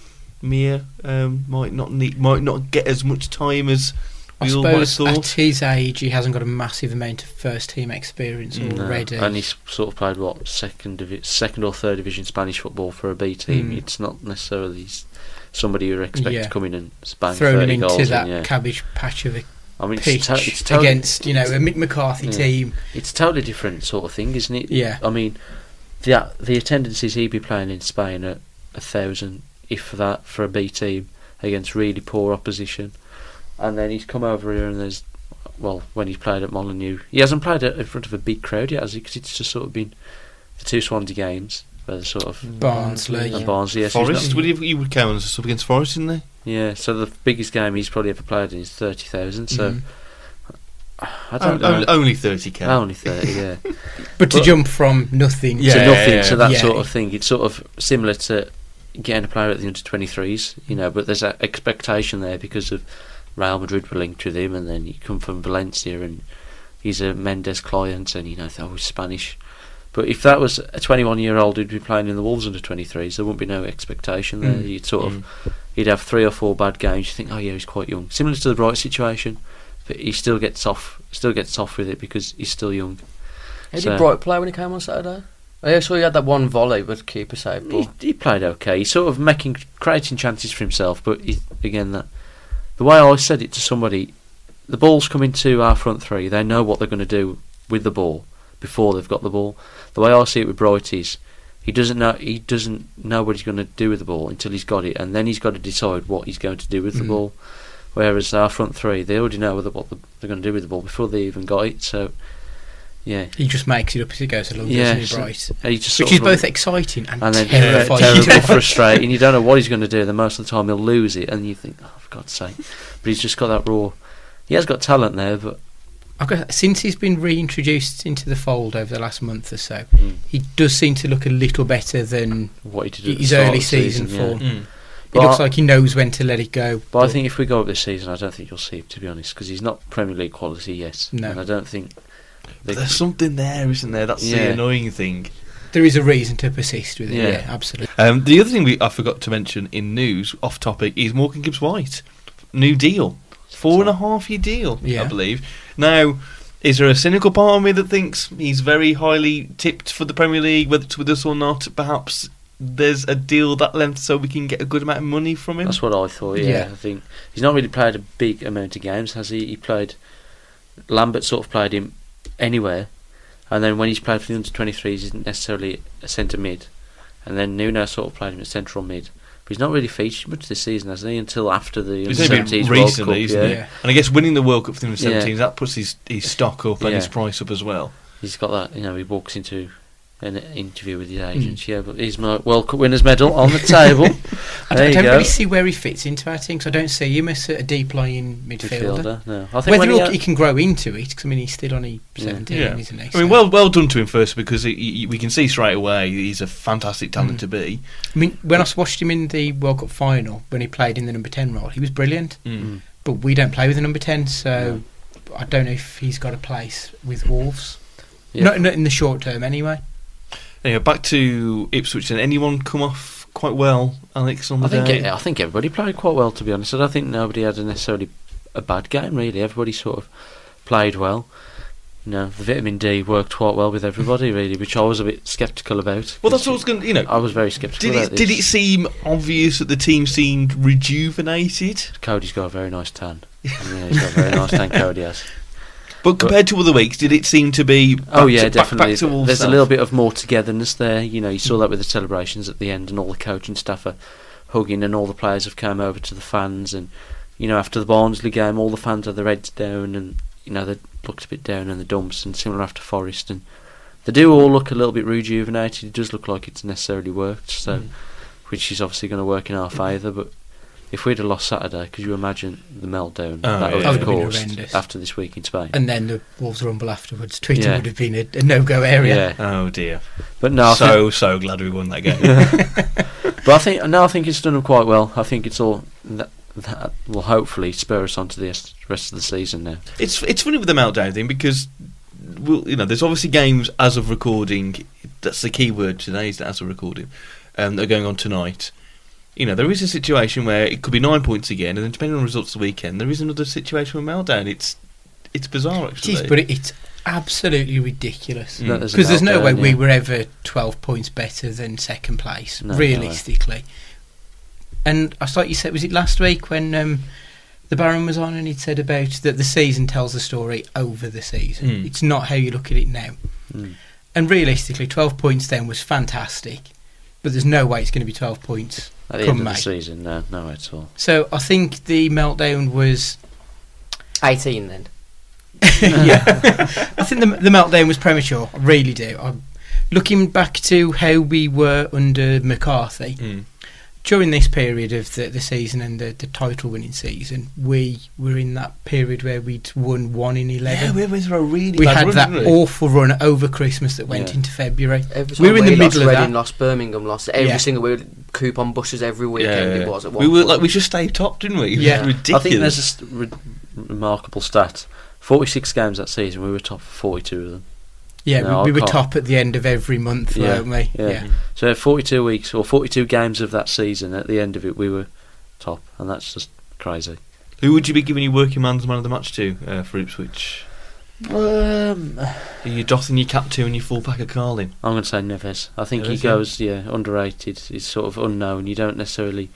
Mia um, might not need, might not get as much time as
I
we all might have
suppose at
thought?
his age, he hasn't got a massive amount of first team experience
Mm.
No.
already.
uh, And he's sort of played what second divi- second or third division Spanish football for a B team.
Mm.
It's not necessarily s- somebody you expect
Yeah.
to come in and bang
thrown him
30
into
goals.
that
and, yeah.
cabbage patch of a
I mean,
pitch
it's, to- it's totally
against you know a Mick McCarthy
Yeah.
team.
It's a totally different sort of thing, isn't it?
Yeah.
I mean, the the attendances he'd be playing in Spain at a thousand, if that, for a B team against really poor opposition, and then he's come over here and there's, well, when he played at Molineux, he hasn't played at, in front of a big crowd yet, has he? Because it's just sort of been the two Swansea games where the sort of
Mm. Barnsley.
and
Yeah.
Barnsley, yes, he's
Forest,
not-
would he, he would count as a sub against Forest, didn't they?
yeah. So the biggest game he's probably ever played in is thirty thousand. So
Mm.
I don't
On-
know.
on- Oh, Only 30k.
Only thirty, yeah.
But to
But-
jump from nothing,
Yeah,
to
to,
nothing
yeah,
to that
yeah.
sort of thing. It's sort of similar to getting a player at the under 23s, you know, but there's that expectation there because of Real Madrid were linked with him, and then you come from Valencia and he's a Mendes client, and you know, oh, he's Spanish. But if that was a 21 year old who'd be playing in the Wolves under 23s, there wouldn't be no expectation there.
Mm.
You'd sort of
Mm.
he'd have three or four bad games. You think, oh yeah, he's quite young. Similar to the Bright situation, but he still gets off, still gets off with it because he's still young.
How
So-
did Bright play when he came on Saturday? I saw he had that one volley with keeper saved, but
He, he played okay. He's sort of making creating chances for himself, but he, again, that the way I said it to somebody, the ball's coming to our front three. They know what they're going to do with the ball before they've got the ball. The way I see it with Bright is he doesn't know he doesn't know what he's going to do with the ball until he's got it, and then he's got to decide what he's going to do with the
Mm.
ball. Whereas our front three, they already know whether- what they're going to do with the ball before they even got it. So, yeah,
he just makes it up as he goes along,
Yeah,
doesn't he,
so-
Bright?
he just sort
Which is
of-
both exciting and,
and then
terrifying.
terrible, frustrating. You don't know what he's going to do. Then most of the time he'll lose it, and you think, oh, for God's sake! But he's just got that raw. He has got talent there, but
I've got- since he's been reintroduced into the fold over the last month or so, he does seem to look a little better than
what he did at the
his
start of
early
the
season,
yeah.
form.
Mm.
He
But
looks
I-
like he knows when to let it go.
But I think if we go up this season, I don't think you'll see him to be honest, because he's not Premier League quality yet,
No.
and I don't think.
But
they-
there's something there, isn't there? That's
Yeah.
the annoying thing.
there is a reason to persist with it.
Yeah.
Yeah, absolutely.
Um, the other thing we, I forgot to mention in news, off topic, is Morgan Gibbs White. New deal. Four and a half year deal, I
Yeah.
believe. Now, is there a cynical part of me that thinks he's very highly tipped for the Premier League, whether it's with us or not? Perhaps there's a deal that length so we can get a good amount of money from him?
That's what I thought. Yeah,
Yeah.
I think he's not really played a big amount of games, has he? He played Lambert sort of played him anywhere, and then when he's played for the under 23s, he's not necessarily a centre mid, and then Nuno sort of played him at central mid. But he's not really featured much this season, has he? Until after the
He's
under
only been
17s World
recently,
Cup,
isn't
yeah.
he?
Yeah.
And I guess winning the World Cup for the under
Yeah.
17s, that puts his, his stock up and
Yeah.
his price up as well.
He's got that, you know. He walks into an interview with his
Hmm.
agent. Yeah, but he's my World Cup winners medal on the table.
I
there
don't, I
you
don't
go.
really see where he fits into our team 'cause I don't see him as a a deep lying midfielder.
Midfielder, no. I think
Whether
when
he,
he, uh,
he can grow into it, 'cause I mean, he's still only
Yeah.
17,
Yeah.
isn't he?
I
So-
mean, well, well done to him first because he, he, we can see straight away he's a fantastic talent
Mm.
to be.
I mean, when I watched him in the World Cup final, when he played in the number 10 role, he was brilliant.
Hmm.
Mm.
But we don't play with the number 10, so I don't know if he's got a place with Wolves.
Yeah.
Not, not in the short term, anyway.
Anyway, back to Ipswich. Then anyone come off quite well, Alex? On the
I think
day?
e- I think everybody played quite well. To be honest, I don't think nobody had a necessarily a bad game. Really, everybody sort of played well. You know, the vitamin D worked quite well with everybody. Really, which I was a bit sceptical about.
well, that's what I was going. to You know,
I was very sceptical.
did it
about
did
this.
it seem obvious that the team seemed rejuvenated?
Cody's got a very nice tan. I mean, he's got a very nice tan. Cody has.
But compared to other weeks, did it seem to be? Back
oh yeah,
to, back-
definitely.
Back, to all
There's
self?
a little bit of more togetherness there. You know, you saw that with the celebrations at the end, and all the coaching staff are hugging, and all the players have come over to the fans, and you know, after the Barnsley game, all the fans had their heads down, and you know, they looked a bit down in the dumps, and similar after Forest, and they do all look a little bit rejuvenated. It does look like it's necessarily worked, so
Mm.
which is obviously going to work in our favour, but. If we'd have lost Saturday, could you imagine the meltdown
Oh,
that
yeah. That
would have
would've been
caused
horrendous.
after this week in Spain?
And then the Wolves rumble afterwards. Twitter
Yeah.
would have been a, a no go area.
yeah,
Oh dear!
but no, I think-
so so glad we won that game.
But I think no, I think it's done quite well. I think it's all that, that will hopefully spur us on to the rest- rest of the season now.
It's it's funny with the meltdown thing because well, you know there's obviously games as of recording. That's the key word today is as of recording. Um, that are going on tonight. You know there is a situation where it could be nine points again, and then depending on the results of the weekend, there is another situation with meltdown. It's it's bizarre actually.
Jeez, but it, it's absolutely ridiculous.
Mm.
That a
Because there's no way
meltdown,
we
yeah.
were ever 12 points better than second place,
No, no way.
realistically. and I thought you said, was it last week when um, the Baron was on and he'd said about that the season tells the story over the season.
Mm.
It's not how you look at it now.
Mm.
And realistically, 12 points then was fantastic, but there's no way it's going to be 12 points.
At the end
Come
of the
back.
season, no, no way at all.
So I think the meltdown was.
18 then.
yeah. I think the, the meltdown was premature. I really do. I'm looking back to how we were under McCarthy
Mm.
during this period of the, the season and the, the title winning season, we were in that period where we'd won one in 11.
Yeah, we went through a really
we
bad
had
run,
that
didn't we?
awful run over Christmas that went
Yeah.
into February.
Every
We were in
time
the
lost,
middle of
Reading
that.
lost, Birmingham lost. Every
Yeah.
single we coupon buses every weekend it was at one
we were
point.
like we just stayed top, didn't we? It was
Yeah. I
ridiculous.
I think there's a st- re- remarkable stat. 46 games that season, we were top for 42 of them.
Yeah,
No,
we,
I
we were
can't.
top at the end of every month,
Yeah,
weren't we?
yeah. So 42 weeks or 42 games of that season, at the end of it, we were top, and that's just crazy.
Who would you be giving your working man's man of the match to uh, for Ipswich?
Um,
Are you dossing your cap to and your full pack of Carlin?
I'm going to say Neves. I think he
Neves, yeah.
goes yeah underrated. He's sort of unknown. You don't necessarily.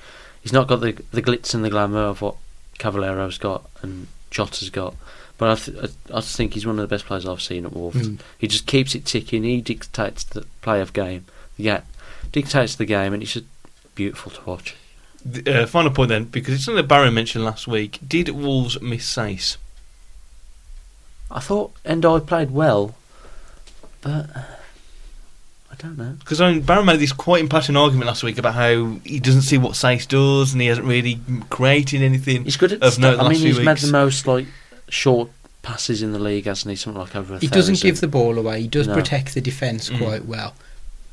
He's not got the the glitz and the glamour of what Cavallero's got and Jota's got. But I, th- I, I just think he's one of the best players I've seen at Wolves.
Hmm.
Mm.
He just keeps it ticking. He dictates the play of game. Yeah, dictates the game, and it's just beautiful to watch.
The, uh, final point then, because it's something that Barry mentioned last week. Did Wolves miss Sace?
I thought Endai played well, but uh, I don't know.
Because I mean, Barry made this quite impassioned argument last week about how he doesn't see what Sace does and he hasn't really created anything.
He's good at.
Of
stu-
note the
I
last
mean,
few
he's made
weeks.
the most like short passes in the league, hasn't he? Something like over. A
He doesn't give
thousand.
the ball away. He does
No.
protect the defence
Mm.
quite well.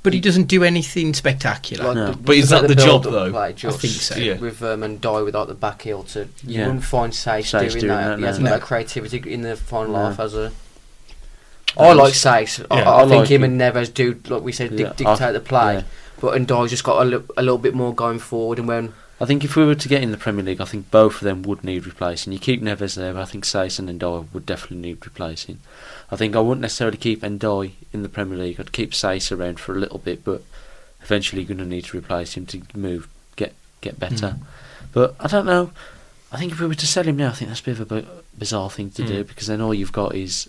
But he doesn't do anything spectacular.
Like,
No.
the-
But is
like
that the job,
build-up
though?
play just
think so.
Yeah.
With um, and die without the back heel to you
Yeah.
wouldn't find Sace
Sace
doing,
doing
that.
that,
He
no.
hasn't got
No.
that creativity in the final
No.
half, has he? I like Sace. I,
Yeah,
I,
I
think
like
him
him.
and Neves do, like we said, dic-
Yeah, I-
dictate the play.
Yeah.
But and Dye's just got a, li- a little bit more going forward. And when
I think if we were to get in the Premier League, I think both of them would need replacing. You keep Neves there, but I think Saison and Dye would definitely need replacing. I think I wouldn't necessarily keep Ndoi in the Premier League. I'd keep Saison around for a little bit, but eventually you're going to need to replace him to move, get get
Hmm.
better. But I don't know. I think if we were to sell him now, I think that's a bit of a bu- bizarre thing to do
Hmm.
Mm.
because then all you've got is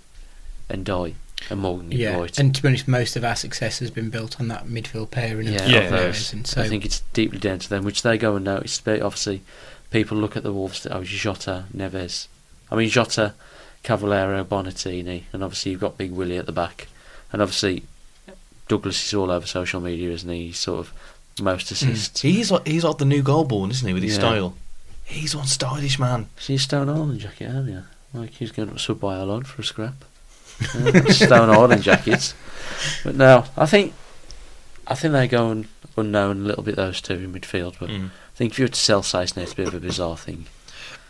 Ndoi and Morgan
yeah.
Wright.
And to be honest, most of our success has been built on that midfield pairing.
Yeah,
of
Yeah.
players, and so
I think it's deeply down to them, which they go and notice. But obviously, people look at the Wolves. that, Oh, Jota, Neves. I mean, Jota, Cavallero, Bonatini, and obviously you've got Big Willie at the back. And obviously, Douglas is all over social media, isn't he? He's sort of
Hmm.
most assists.
He's like he's like the new goalborn, isn't he? With his
Yeah.
style, he's one stylish man.
See a Stone Island jacket earlier. Like he's going to sub by Alon for a scrap. Yeah, Stone Island jackets. But no, I think I think they go un- unknown a little bit those two in midfield, but
Mm.
I think if you were to sell Seisner, it's a bit of a bizarre thing.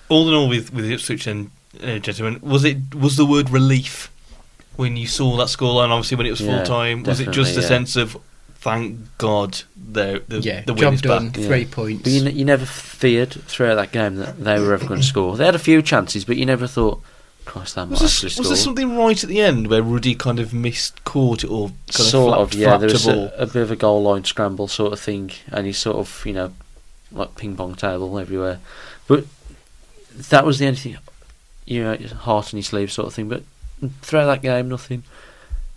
All in all, with with Ipswich then, uh, gentlemen, was it was the word relief when you saw that scoreline? Obviously, when it was
Yeah,
full time, was it just
definitely,
a
yeah.
sense of thank God the the,
yeah,
the win
job
is back?
done.
Yeah.
Three
But
points.
you, n- you never feared throughout that game that they were ever going to score. They had a few chances, but you never thought, Christ, that might
Was there,
actually
was
score.
there something right at the end where Rudy kind of missed caught it or kind
sort
of
of,
flapped,
yeah.
flapped
There was
a ball?
a, a bit of a goal line scramble sort of thing, and he sort of, you know, like ping pong table everywhere. But that was the only thing, you know, heart in your sleeve sort of thing. But throughout that game, nothing.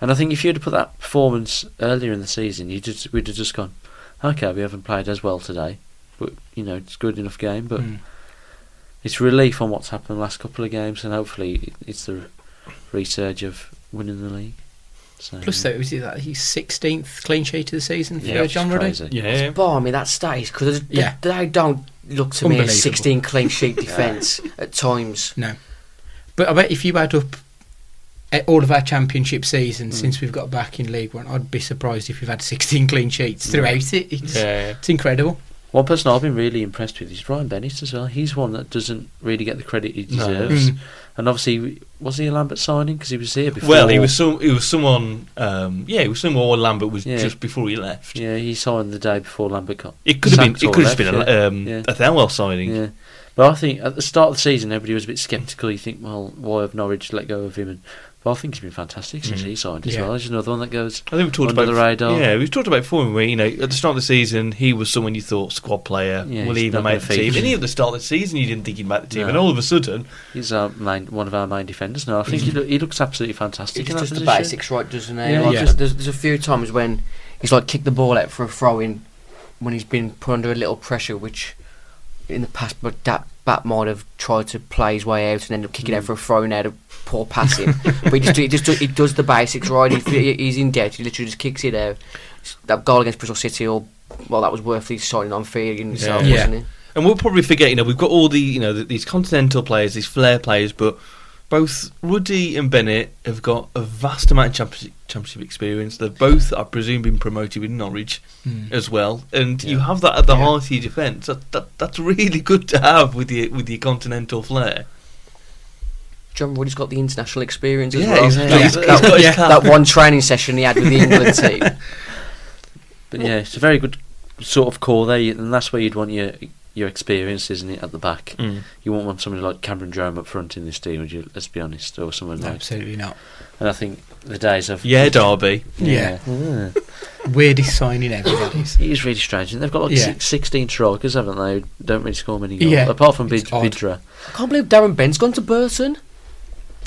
And I think if you'd have put that performance earlier in the season, you'd just, we'd have just gone, okay, we haven't played as well today, but you know, it's a good enough game, but.
Mm.
it's relief on what's happened the last couple of games, and hopefully it's the resurge of winning the league. So,
Plus, though, was it that his 16th clean sheet of the season for
yeah, which is
John Ruddy?
crazy.
yeah,
Barmy, that stat is because they,
Yeah.
they don't look to me a
Unbelievable.
16 clean sheet defence at times.
No. But I bet if you add up eh, all of our championship seasons
Mm.
since we've got back in League One, I'd be surprised if we've had 16 clean sheets
Yeah.
throughout it. It's,
yeah.
it's incredible.
One person I've been really impressed with is Ryan Bennett as well. He's one that doesn't really get the credit he
No.
deserves.
Mm.
And obviously, was he a Lambert signing because he was here before?
Well, he was some. He was someone. Um, yeah, he was someone. Lambert was
Yeah.
just before he left.
Yeah, he signed the day before Lambert got.
It could have been.
sacked
It
or
could have just
left,
been
yeah.
a, um,
Yeah.
a Thelwell signing.
Yeah, but I think at the start of the season, everybody was a bit sceptical. You think, well, why have Norwich let go of him? And But I think he's been fantastic since
Mm.
he signed as
Yeah.
well. He's another one that goes
I think we talked
under
about
the radar.
Yeah, we've talked about before. Where, you know, at the start of the season, he was someone you thought squad player.
Yeah,
will
he's
he even
not
make
gonna
the team?
feature.
And even at the start of the season, you didn't think he'd make the team,
No.
and all of a sudden,
He's our main, one of our main defenders now. I think
Mm.
he, lo- he looks absolutely fantastic.
He
in
just
that
does the
position.
basics right, doesn't he?
Yeah.
Like,
Yeah.
Just, there's, there's a few times when he's like kicked the ball out for a throw in when he's been put under a little pressure, which in the past, but that bat might have tried to play his way out and end up kicking
Hmm.
out for a throw in out of poor passing. but he just, he just do, he does the basics right. If he- he's in debt, he literally just kicks it out. S- That goal against Bristol City, or well, that was worth his signing on fee in itself,
Yeah.
wasn't it?
and we'll probably forget. You know, we've got all the you know th these continental players, these flair players, but both Ruddy and Bennett have got a vast amount of championship, championship experience. They've both, I presume, been promoted with Norwich
Hmm.
as well, and you
Yeah.
have that at the
Yeah.
heart of your defence. That, that, that's really good to have with your with your continental flair.
John Wood has got the international experience as
Yeah,
well.
he's-
That-
he's-
that-
he's got his
that-
cap.
that one training session he had with the England team.
But yeah, it's a very good sort of call there, you- and that's where you'd want your your experience, isn't it, at the back?
Mm.
You won't want somebody like Cameron Jerome up front in this team, would you? Let's be honest, or someone like.
Absolutely not.
And I think the days of
Yeah, Derby.
Yeah.
yeah.
Weirdest signing ever. That is.
It is really strange. And they've got like
Yeah.
six, 16 strikers, haven't they? who Don't really score many goals.
Yeah.
Apart from Bid-
It's odd.
Bidra.
I can't believe Darren Bent's gone to Burton.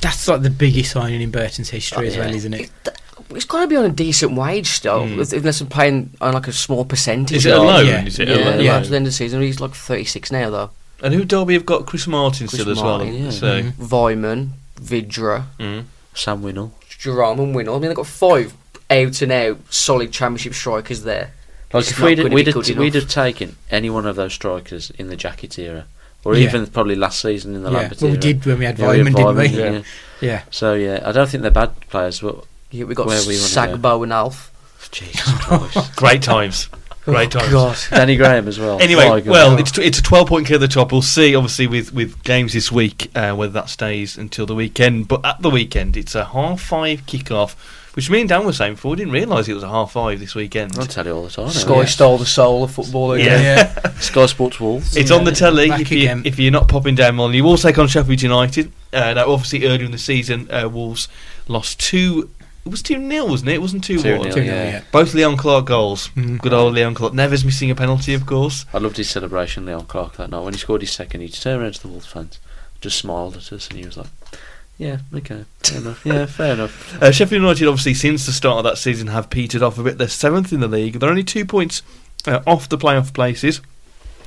That's like the biggest signing in Burton's history as
Oh, Yeah.
well, isn't it?
Oh, It, has got to be on a decent wage still,
Mm.
if- unless I'm paying on like a small percentage.
Is it a
like-
loan?
yeah.
Is
Yeah,
it a
yeah,
loan?
yeah.
to the end of the season. He's like 36 now though.
And who Derby have got? Chris Martin
Chris
still as
Martin,
well.
yeah. mm-hmm.
So,
Mhm.
Vyman, Vidra,
mm.
Sam Winnell.
Jerome and Winnell. I mean, they've got five out and out solid championship strikers there.
Like
It's
if
not
we'd,
good if
we'd,
it
have,
could
we'd
enough.
have taken any one of those strikers in the jacket era, or
Yeah.
even probably last season in the
Yeah.
Lambert
Well,
era.
we did when we had
Yeah, we had
Vyman, didn't we?
Vyman,
Yeah.
yeah. So yeah, I don't think they're bad players, but
Yeah, we've got
Where we wanna
Sagbo and Alf. Oh,
Jesus Christ,
great times. Great times.
God.
Danny Graham as well. Oh, My
Anyway,
God.
well, it's it's a twelve point clear at the top. We'll see, obviously, with, with games this week uh, whether that stays until the weekend. But at the weekend, it's a half five kickoff, which me and Dan were saying before. We didn't realise it was a half five this weekend.
I'll tell you all the time.
Sky
Sky,
stole the soul of football.
Oh, Yeah.
again.
Sky Sports Wolves.
It's on the telly
Back
if, you,
again.
if you're not popping down on. You will take on Sheffield United. Uh, now, obviously, earlier in the season, uh, Wolves lost two. It was two 0 wasn't it? It wasn't two one.
2-0.
Two
Yeah.
nil, yeah.
Both Leon Clark goals.
Mm.
Good old Leon Clark. Never's missing a penalty, of course.
I loved his celebration, Leon Clark, that night. When he scored his second, he just turned around to the Wolves fans, just smiled at us, and he was like, "Yeah, okay, fair enough. Yeah, fair enough."
Uh, Sheffield United, obviously, since the start of that season, have petered off a bit. They're seventh in the league. They're only two points uh, off the playoff places.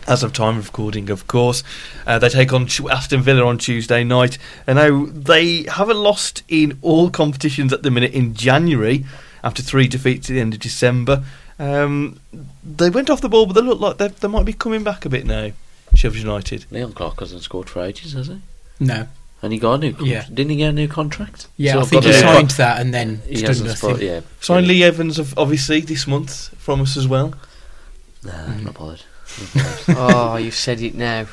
As of time of recording, of course, uh, they take on Tu- Aston Villa on Tuesday night. And now they haven't lost in all competitions at the minute in January after three defeats at the end of December. Um, they went off the ball, but they look like they, they might be coming back a bit now. Sheffield United.
Leon Clark hasn't scored for ages, has he?
No.
And he got a new. Con-
Yeah.
Didn't he get a new contract?
Yeah,
So
I
I've
think
got
he
the-
the-
signed that and then
He
it's done
hasn't
nothing.
spot, yeah.
Signed Lee Evans, of obviously, this month from us as well.
Nah,
Mm.
I'm not bothered.
oh, you've said it now.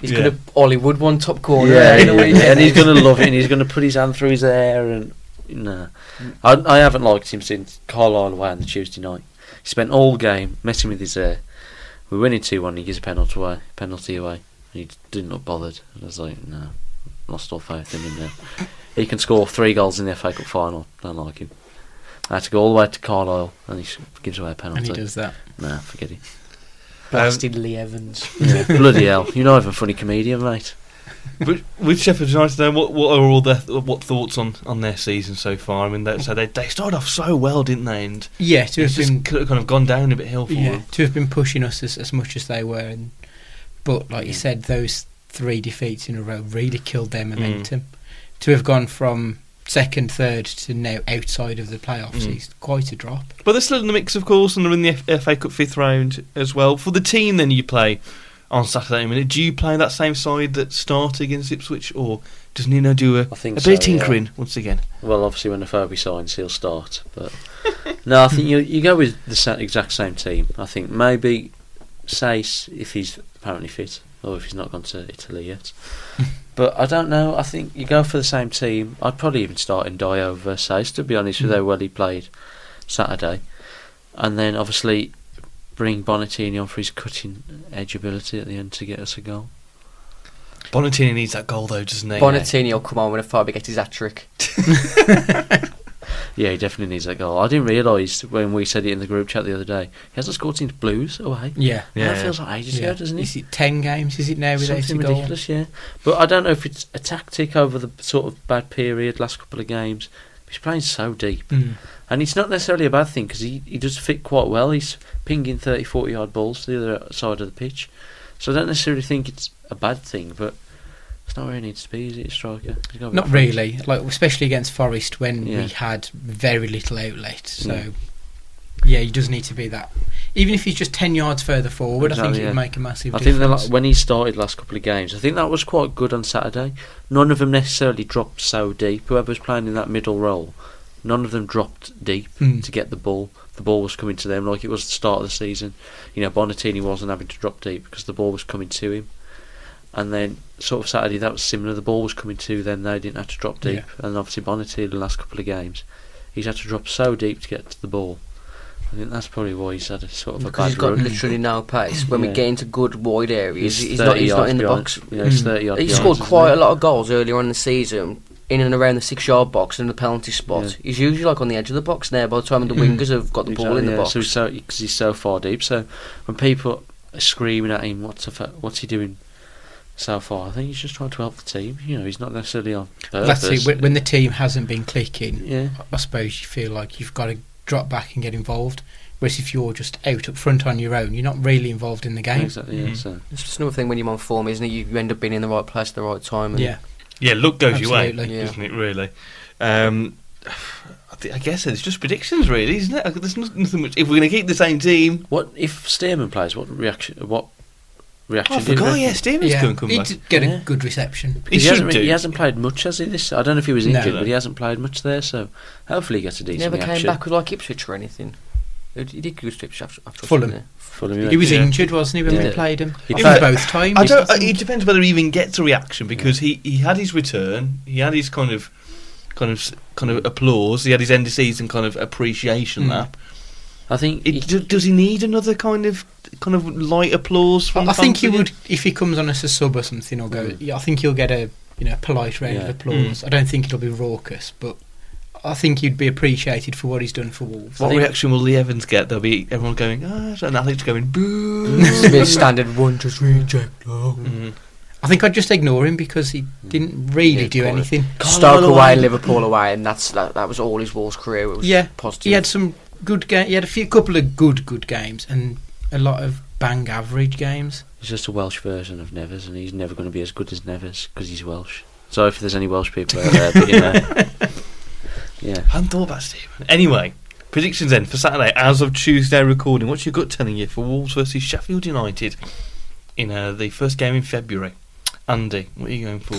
He's
Yeah.
going to Ollie Wood one top corner. in a weekend.
and he's going to love it. and He's going to put his hand through his hair, and no, I, I haven't liked him since Carlisle away on the Tuesday night. He spent all game messing with his hair. We went in two one. He gives a penalty away. Penalty away. And he didn't look bothered. And I was like, no, lost all faith in him now. He can score three goals in the FA Cup final. Don't like him. I had to go all the way to Carlisle, and he s- gives away a penalty.
And he does that.
Nah, forget it.
Blasted
Um,
Lee Evans.
Bloody hell! You're not even a funny comedian, mate.
But with Sheffield United, then, what what are all their what thoughts on, on their season so far? I mean, they, so they they started off so well, didn't they? And
Yeah, to
it's
have
just
been
kind of kind of gone down a bit hill for
yeah,
them.
to have been pushing us as, as much as they were, and but like you
Yeah. Mm.
said, those three defeats in a row really killed their momentum. To have gone from second, third to now outside of the playoffs
Mm.
is quite a drop.
But they're still in the mix, of course, and they're in the F- FA Cup fifth round as well. For the team, then you play on Saturday. I mean, do you play that same side that started against Ipswich, or does Nino do a, a
I think
bit
so,
of
yeah.
tinkering once again?
Well, obviously, when the Furby signs, he'll start. But no, I think you you go with the sa- exact same team. I think maybe Sace if he's apparently fit, or if he's not gone to Italy yet. but I don't know. I think you go for the same team. I'd probably even start in Dio over Sace to be honest with
Mm.
how well he played Saturday, and then obviously bring Bonatini on for his cutting edge ability at the end to get us a goal.
Bonatini needs that goal though, doesn't he?
Bonatini will come on when a Fabi gets his hat trick.
Yeah, he definitely needs that goal. I didn't realise when we said it in the group chat the other day. He hasn't scored since Blues away.
Yeah.
Yeah.
that feels like ages
yeah.
ago, doesn't it?
Is it 10 games, is it now, without a
Something
goal?
ridiculous, yeah. But I don't know if it's a tactic over the sort of bad period last couple of games. He's playing so deep,
Mm.
and it's not necessarily a bad thing because he, he does fit quite well. He's pinging 30, 40 yard balls to the other side of the pitch, so I don't necessarily think it's a bad thing. But it's not where he needs to be, is it, a striker? He's gotta be
Not
up front.
really, like especially against Forest when
Yeah.
we had very little outlet. So,
Mm.
yeah, he does need to be that. Even if he's just ten yards further forward, I
Exactly,
think it
yeah.
would make a massive
I think the,
difference.
la- when he started last couple of games, I think that was quite good on Saturday. None of them necessarily dropped so deep. Whoever was playing in that middle role, none of them dropped deep
Mm.
to get the ball. The ball was coming to them like it was the start of the season. You know, Bonatini wasn't having to drop deep because the ball was coming to him. And then, sort of Saturday, that was similar. The ball was coming to them. They didn't have to drop deep. And obviously, Bonatini the last couple of games, he's had to drop so deep to get to the ball. I think that's probably why he's had a sort of a bad
Because he's got
run.
literally no pace. When
Yeah.
we get into good wide areas, he's,
30
not. He's not
yards
in the
behind.
box.
Yeah, he's
Mm.
30 yards
He
behind,
scored
isn't
quite a lot of goals earlier on in the season, in and around the six-yard box and the penalty spot.
Yeah.
He's usually like on the edge of the box there by the time the
Mm.
wingers have got the ball
Exactly,
in the
yeah,
box.
So he's so because he's so far deep. So when people are screaming at him, what's the fu- what's he doing so far? I think he's just trying to help the team. You know, he's not necessarily on purpose.
That's it. When, when the team hasn't been clicking,
yeah,
I suppose you feel like you've got to drop back and get involved. Whereas if you're just out up front on your own, you're not really involved in the game. Hmm.
exactly. Yeah,
Mm.
so.
It's just another thing when you're on form, isn't it? You, you end up being in the right place at the right time. And
Yeah,
Yeah, look goes your way,
Absolutely.
Yeah.
doesn't it? Really. Um, I, thi- I guess it's just predictions, really, isn't it? There's no- nothing much. If we're going to keep the same team,
What if Stearman plays? What reaction? What reaction?
Oh,
I
do you
forgot.
reckon?
Yeah, Stevens
yeah.
couldn't come
He
back.
did get
Yeah.
a good reception.
He
He,
should
hasn't, re-
do.
he hasn't played much, has he? This I don't know if he was
No.
injured, but he hasn't played much there. So hopefully he gets a
He
decent
never came
reaction.
back with like Ipswich or anything. He did- he did good Ipswich after, after
Fulham.
wasn't
Fulham, yeah.
He was
Yeah.
injured, wasn't he, when
Yeah.
we played him?
He
It was
played-
both times.
I don't.
I
uh, It
think.
depends whether he even gets a reaction because he, he had his return, he had his kind of, kind of, s- kind of applause. He had his end of season kind of appreciation
Mm.
lap.
I think he-
It, do, does he need another kind of, kind of light applause from?
I I think
fans
he
again?
would if he comes on as a sub or something. Or go.
Hmm.
Mm.
yeah, I think he'll get a you know polite round of
Yeah.
applause. I don't think it'll be raucous, but I think he'd be appreciated for what he's done for Wolves.
What
I think-
reaction will Lee Evans get? There'll be everyone going, ah, and Alex going, boo.
he? It's a bit of standard one, just reject. Oh.
Mm.
Hmm. I think I'd just ignore him because he didn't really
Hmm. Yeah,
do
quite.
anything.
Stoke away, Liverpool away, and that's that, that was all his Wolves career. It was
Yeah.
positive.
He had some good game. He had a few couple of good good games and a lot of bang average games.
He's just a Welsh version of Nevers, and he's never going to be as good as Nevers because he's Welsh. Sorry if there's any Welsh people out there, but you know. Yeah.
Hadn't thought about Stephen. Anyway, predictions then for Saturday as of Tuesday recording. What's your gut telling you for Wolves versus Sheffield United in uh, the first game in February? Andy, what are you going for?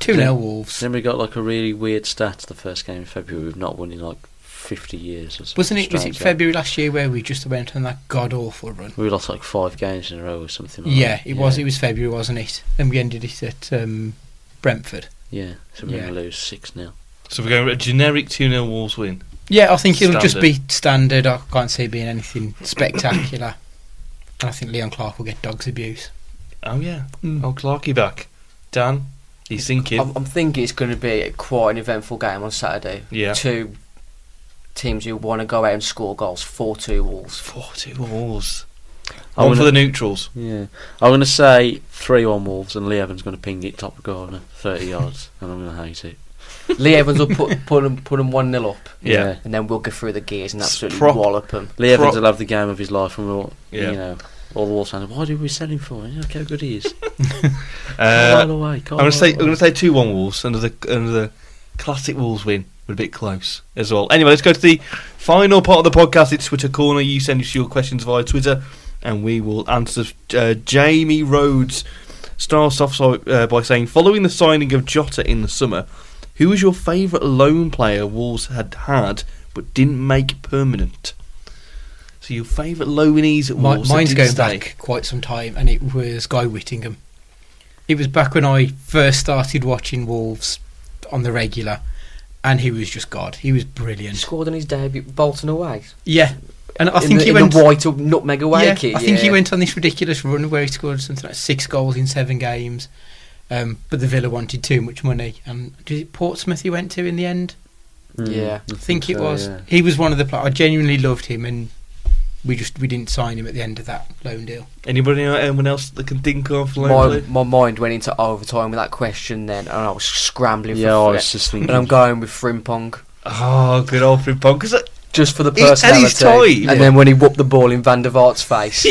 Two 0 Wolves.
Then we got like a really weird stat the first game in February. We've not won in like 50 years or something.
Wasn't it? Was it
strange like-
February last year where we just went on that god awful run?
We lost like five games in a row or something like
Yeah,
that.
it was. It was February, wasn't it? And we ended it at um, Brentford.
Yeah, so we're going
Yeah.
to lose 6 0.
So we're going with a generic 2 0 Wolves win.
Yeah, I think it'll just
Standard.
be standard. I can't see it being anything spectacular. And I think Leon Clark will get dog's abuse.
Oh, yeah.
Mm.
Oh, Clarkey back. Dan, he's thinking.
I'm, I'm thinking it's going to be quite an eventful game on Saturday.
yeah.
Two teams who want to go out and score goals, four-two Wolves.
4 2 Wolves.
I
One for the
wanna-
neutrals.
Yeah. I'm going to say 3 1 Wolves, and Lee Evans going to ping it top corner, 30 yards, and I'm going to hate it.
Lee Evans will put put them put them one 0 up,
Yeah.
and then we'll go through the gears and
It's
absolutely
prop-
wallop them.
Lee Evans
Pro-
will have the game of his life, and we'll,
Yeah.
you know, all the Wolves fans. Why did we sell him for? You know, look how good he is. Carlisle
Uh,
away.
I'm
Carlisle
going to say I'm
away.
Oh.
going to say 2 1 Wolves. Another another classic Wolves win. But a bit close as well. Anyway, let's go to the final part of the podcast. It's Twitter Corner. You send us your questions via Twitter, and we will answer. Uh, Jamie Rhodes starts off so, uh, by saying, following the signing of Jota in the summer, who was your favourite loan player Wolves had had but didn't make permanent? So your favourite loanees at
Mi-
Wolves? that
mine's
did
going
stay.
back quite some time, and it was Guy Whittingham. It was back when I first started watching Wolves on the regular, and he was just God. He was
He
brilliant.
scored on his debut, Bolton away.
Yeah, and I
in
think
the,
he
in
went.
the white nutmeg away
yeah,
kit.
I think he
yeah.
went on this ridiculous run where he scored something like six goals in seven games, Um, but the Villa wanted too much money, and did it Portsmouth he went to in the end?
Mm.
Yeah.
I think, it was. He was one of the players. I genuinely loved him, and we just we didn't sign him at the end of that loan deal.
Anybody know anyone else that can think of
My,
locally?
my mind went into overtime with that question then, and I was scrambling
Yeah,
for
I
it.
was just
and
thinking.
I'm going with Frimpong
Oh, good old Frimpong. Because
just for the
He- and his
personality.
time.
And then when he whooped the ball in Van der Vaart's face,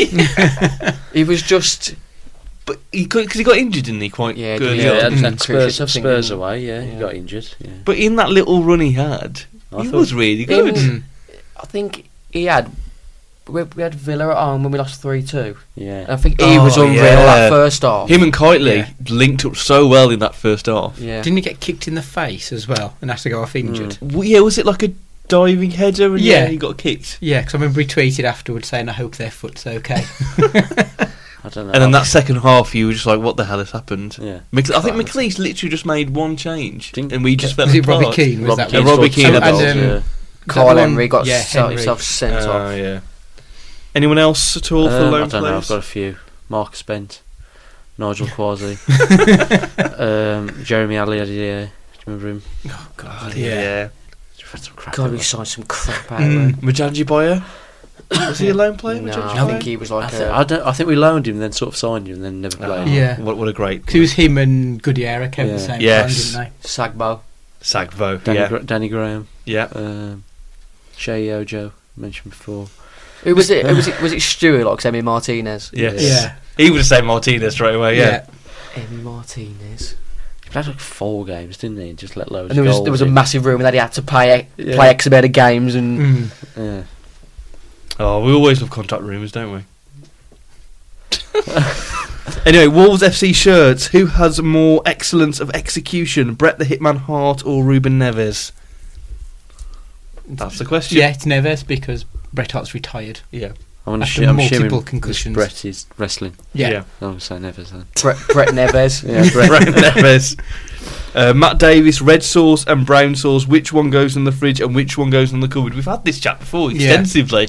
he was just
but he because he got injured, didn't he? Quite
Yeah,
good.
he
yeah,
did.
Yeah.
and, and
Mm.
Spurs,
Crucial thing,
Spurs
didn't
away. Yeah,
Yeah.
he got injured. Yeah,
But in that little run he had,
I
he
thought-
was really good.
was-
Mm.
I think he had. We, we had Villa at home when we lost 3 2. And I
Yeah,
think he
Oh,
was unreal
yeah.
that first half.
Him and Kitely
Yeah.
linked up so well in that first half.
yeah. Mm.
Didn't he get kicked in the face as well and had to go off injured? Yeah, 'cause
W yeah, was it like a diving header? And
Yeah.
yeah, he got kicked.
Yeah, because I remember he tweeted afterwards saying, "I hope their foot's okay."
I don't know.
And then that second half, you were just like, "What the hell has happened?"
Yeah,
Mc- I think
Clarence.
McLeish literally just made one change,
Didn't-
and we just fell
was it
apart.
Robbie Keane? Was that
Keane.
one?
Robbie
scored two
Keane
and,
goals,
um,
yeah.
That
Kyle
the
Henry
one-
got
yeah,
himself,
Henry.
himself sent
Oh
off.
yeah. Anyone else at all for
Um,
loan
I don't know. I've
players?
got a few. Marcus Bent, Nigel Quasi, um, Jeremy Aliadier. Do you remember him?
Oh God,
yeah.
yeah.
We've had some crap
God, we
haven't
signed some crap out
Mm.
of
Majanji Boyer? Was he a loan player?
No,
Majanji
I
Boyer?
think he was
we? I,
like
thi-
a.
I don't. I think we loaned him, then sort of signed him, then never
Oh,
played. him.
Yeah.
What, what a great
Because it was him and Gutierrez came at the
Yeah.
same
Yes.
time, didn't
Sagbo.
Sagvo.
Danny,
yeah.
Gra- Danny Graham,
yeah.
um, Shea Ojo mentioned before.
Who was it? Who was it? Was it Stewart like Emi Martinez?
Yes.
they? Yeah,
He would have said Martinez straight away, yeah.
Emi Martinez.
He played like four games, didn't he? And just let loads.
And there
of
was there was a
goals
massive rumour that he had to pay
Yeah.
play X amount of games and
Mm.
in. Yeah.
Oh, we always love contract rumours, don't we? anyway, Wolves FC shirts. Who has more excellence of execution, Brett the Hitman Hart or Ruben Neves? That's the question.
yeah, it's Neves because Bret Hart's retired.
Yeah.
I'm gonna
After
sh- I'm
multiple
assuming
concussions.
Brett is wrestling.
Yeah,
I'm saying Evers then.
Brett, Brett Neves.
Yeah,
Brett Neves. Uh, Matt Davis, red sauce and brown sauce. Which one goes in the fridge and which one goes in the cupboard? We've had this chat before
Yeah.
extensively.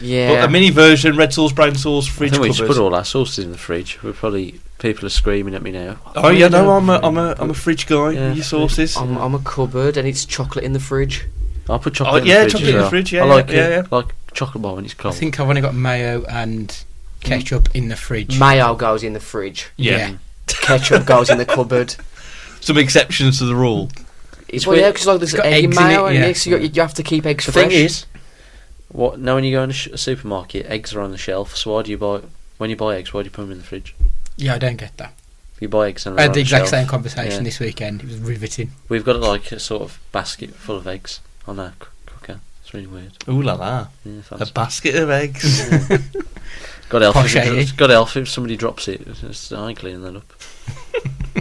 Yeah.
But a mini version, red sauce, brown sauce,
I
fridge
think we should
covers.
put all our sauces in the fridge. We're probably people are screaming at me now.
Oh yeah, no, I'm a, I'm a, I'm a fridge guy.
Yeah.
Your sauces.
I'm, I'm a cupboard and it's chocolate in the fridge.
I'll put
Oh,
chocolate.
yeah,
in the
chocolate
fridge as
in the
well.
fridge, yeah,
I like
yeah, yeah,
it. Like chocolate bar when it's
I
cold.
think I've only got mayo and ketchup in the fridge.
Mayo goes in the fridge.
yeah.
Ketchup goes in the cupboard.
Some exceptions to the rule.
It's
It's well, yeah,
weird.
because like there's
It's got
egg in
eggs in
mayo,
it,
and
yeah.
yes, you, you have to keep eggs
the
fresh.
thing is, what now when you go in a, sh- a supermarket, eggs are on the shelf. So why do you buy when you buy eggs? Why do you put them in the fridge?
Yeah, I don't get that.
If you buy eggs and
I
they're
had
on
the exact
shelf,
same conversation
Yeah.
this weekend. It was riveting.
We've got like a sort of basket full of eggs on our c- cooker. It's really weird.
Ooh la la.
Yeah,
A
fancy.
basket of eggs.
God help, if
Posh egg.
it- God help if somebody drops it. It's- I clean that up.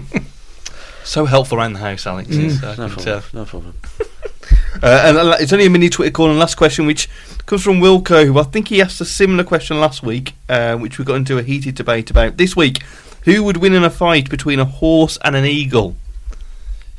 so helpful around the house, Alex.
Mm.
is, I
No
can
problem.
tell.
No problem.
Uh, and uh, it's only a mini Twitter call. And last question, which comes from Wilco, who I think he asked a similar question last week, uh, which we got into a heated debate about. This week, who would win in a fight between a horse and an eagle?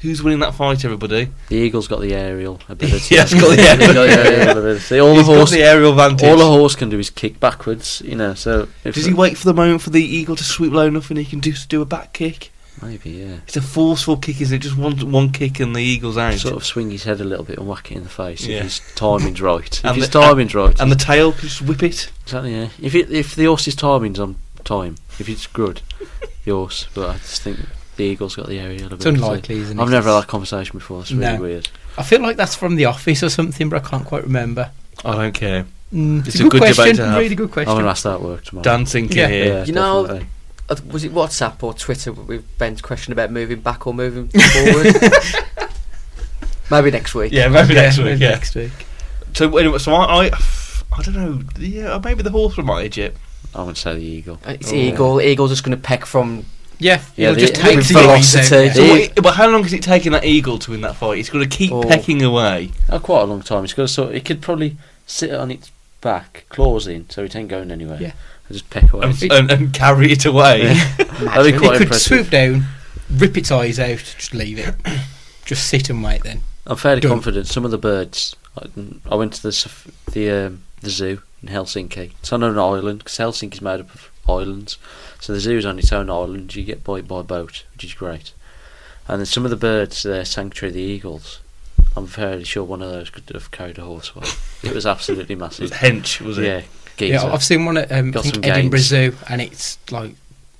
Who's winning that fight, everybody?
The eagle's got the aerial ability.
Yes, got the aerial-
ability. All the
He's got
horse,
the aerial advantage.
all a horse can do is kick backwards. You know, so if
Does he wait for the moment for the eagle to swoop low enough and he can do do a back kick?
Maybe yeah.
It's a forceful kick, isn't it? Just one one kick and the eagle's out.
Sort of swing his head a little bit and whack it in the face
Yeah.
if his timing's right. If
And
his
the-
timing's right,
and the tail can just whip it.
exactly yeah. If it, if the horse's timing's on time, if it's good, the horse. But I just think the eagle's got the aerial ability.
It's unlikely, isn't it?
I've never had that conversation before. It's really
No.
weird.
I feel like that's from The Office or something, but I can't quite remember.
I don't care.
Mm,
It's a good debate
question.
to have.
Really good
I'm
question.
gonna ask that at work tomorrow.
Dancing
Yeah.
here.
Yeah,
You know-
definitely.
Uh, was it WhatsApp or Twitter with Ben's question about moving back or moving forward? Maybe next week.
Yeah, maybe next
Yeah,
week.
maybe
Yeah.
next week.
So anyway, so I, I, I don't know. Yeah, maybe the horse would manage it.
I would say the eagle.
Uh, It's
Oh.
eagle. Eagle's just going to peck from.
Yeah,
Yeah,
it'll
the-
just take
with
the eyes out,
velocity.
So
yeah.
what
Yeah.
i- but how long is it taking that eagle to win that fight? It's got to keep
Oh.
pecking away.
Oh, quite a long time. It's got to sort. It could probably sit on its back, claws in, so it ain't going anywhere.
Yeah.
And just peck away.
And, and, and carry it away.
That'd be
Imagine.
quite
It could
impressive.
swoop down, rip its eyes out, just leave it. just sit and wait then.
I'm fairly
Done.
confident. Some of the birds. I, I went to the saf- the um, the zoo in Helsinki. It's on an island because Helsinki's made up of islands. So the zoo's on its own island. You get by by boat, which is great. And then some of the birds there, sanctuary the eagles. I'm fairly sure one of those could have carried a horse. Well, it was absolutely
It was
massive.
hench, was it?
yeah, geezer.
Yeah, I've seen one at um, I
Got some
think Edinburgh
gains.
Zoo, and it's like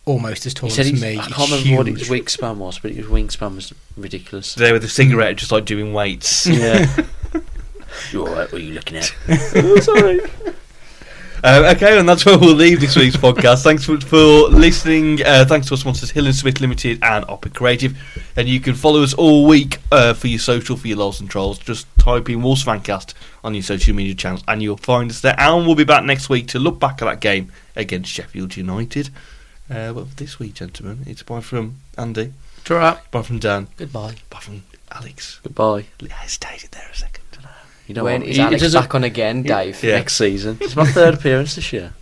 almost as
He
tall
said
as
he's,
me.
I can't
It's
remember what
huge.
his wingspan was, but his wingspan was ridiculous.
There with a cigarette, just like doing weights.
Yeah. You're alright, what are you looking at?
Sorry. Uh, okay, and that's where we'll leave this week's podcast. Thanks for, for listening. Uh, thanks to our sponsors, Hill and Smith Limited and Opera Creative. And you can follow us all week uh, for your social, for your lols and trolls. Just type in Wolves Fancast on your social media channels and you'll find us there. And we'll be back next week to look back at that game against Sheffield United. Uh, well, for this week, gentlemen, it's bye from Andy,
Draw up.
bye from Dan,
Goodbye.
bye from Alex.
Goodbye.
I hesitated there a second.
You know
When
what?
is
It
Alex
doesn't-
back on again, Dave?
Yeah.
Next season. It's my third appearance this year.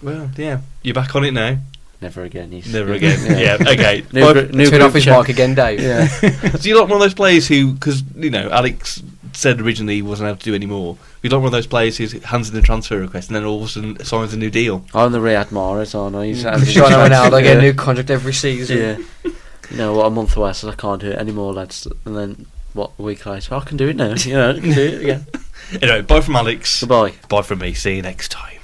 Well, yeah. You're back on it now.
Never again. He's
Never again. yeah. okay.
New,
Bye-
gr- new
Turn
group
off his
chat.
mic again, Dave.
Yeah.
So you're not one of those players who, because you know, Alex said originally he wasn't able to do any more. You're not one of those players who hands in the transfer request and then all of a sudden signs a new deal.
I'm the Riyad Mahrez, aren't I? He's
Cristiano
he's trying to-
Ronaldo get
yeah.
a new contract every season.
Yeah. You know what? A month away, I said I can't do it anymore, lads. And then what? A week later, I can do it now. You know, I can do it again.
Anyway, bye from Alex.
Goodbye.
Bye from me. See you next time.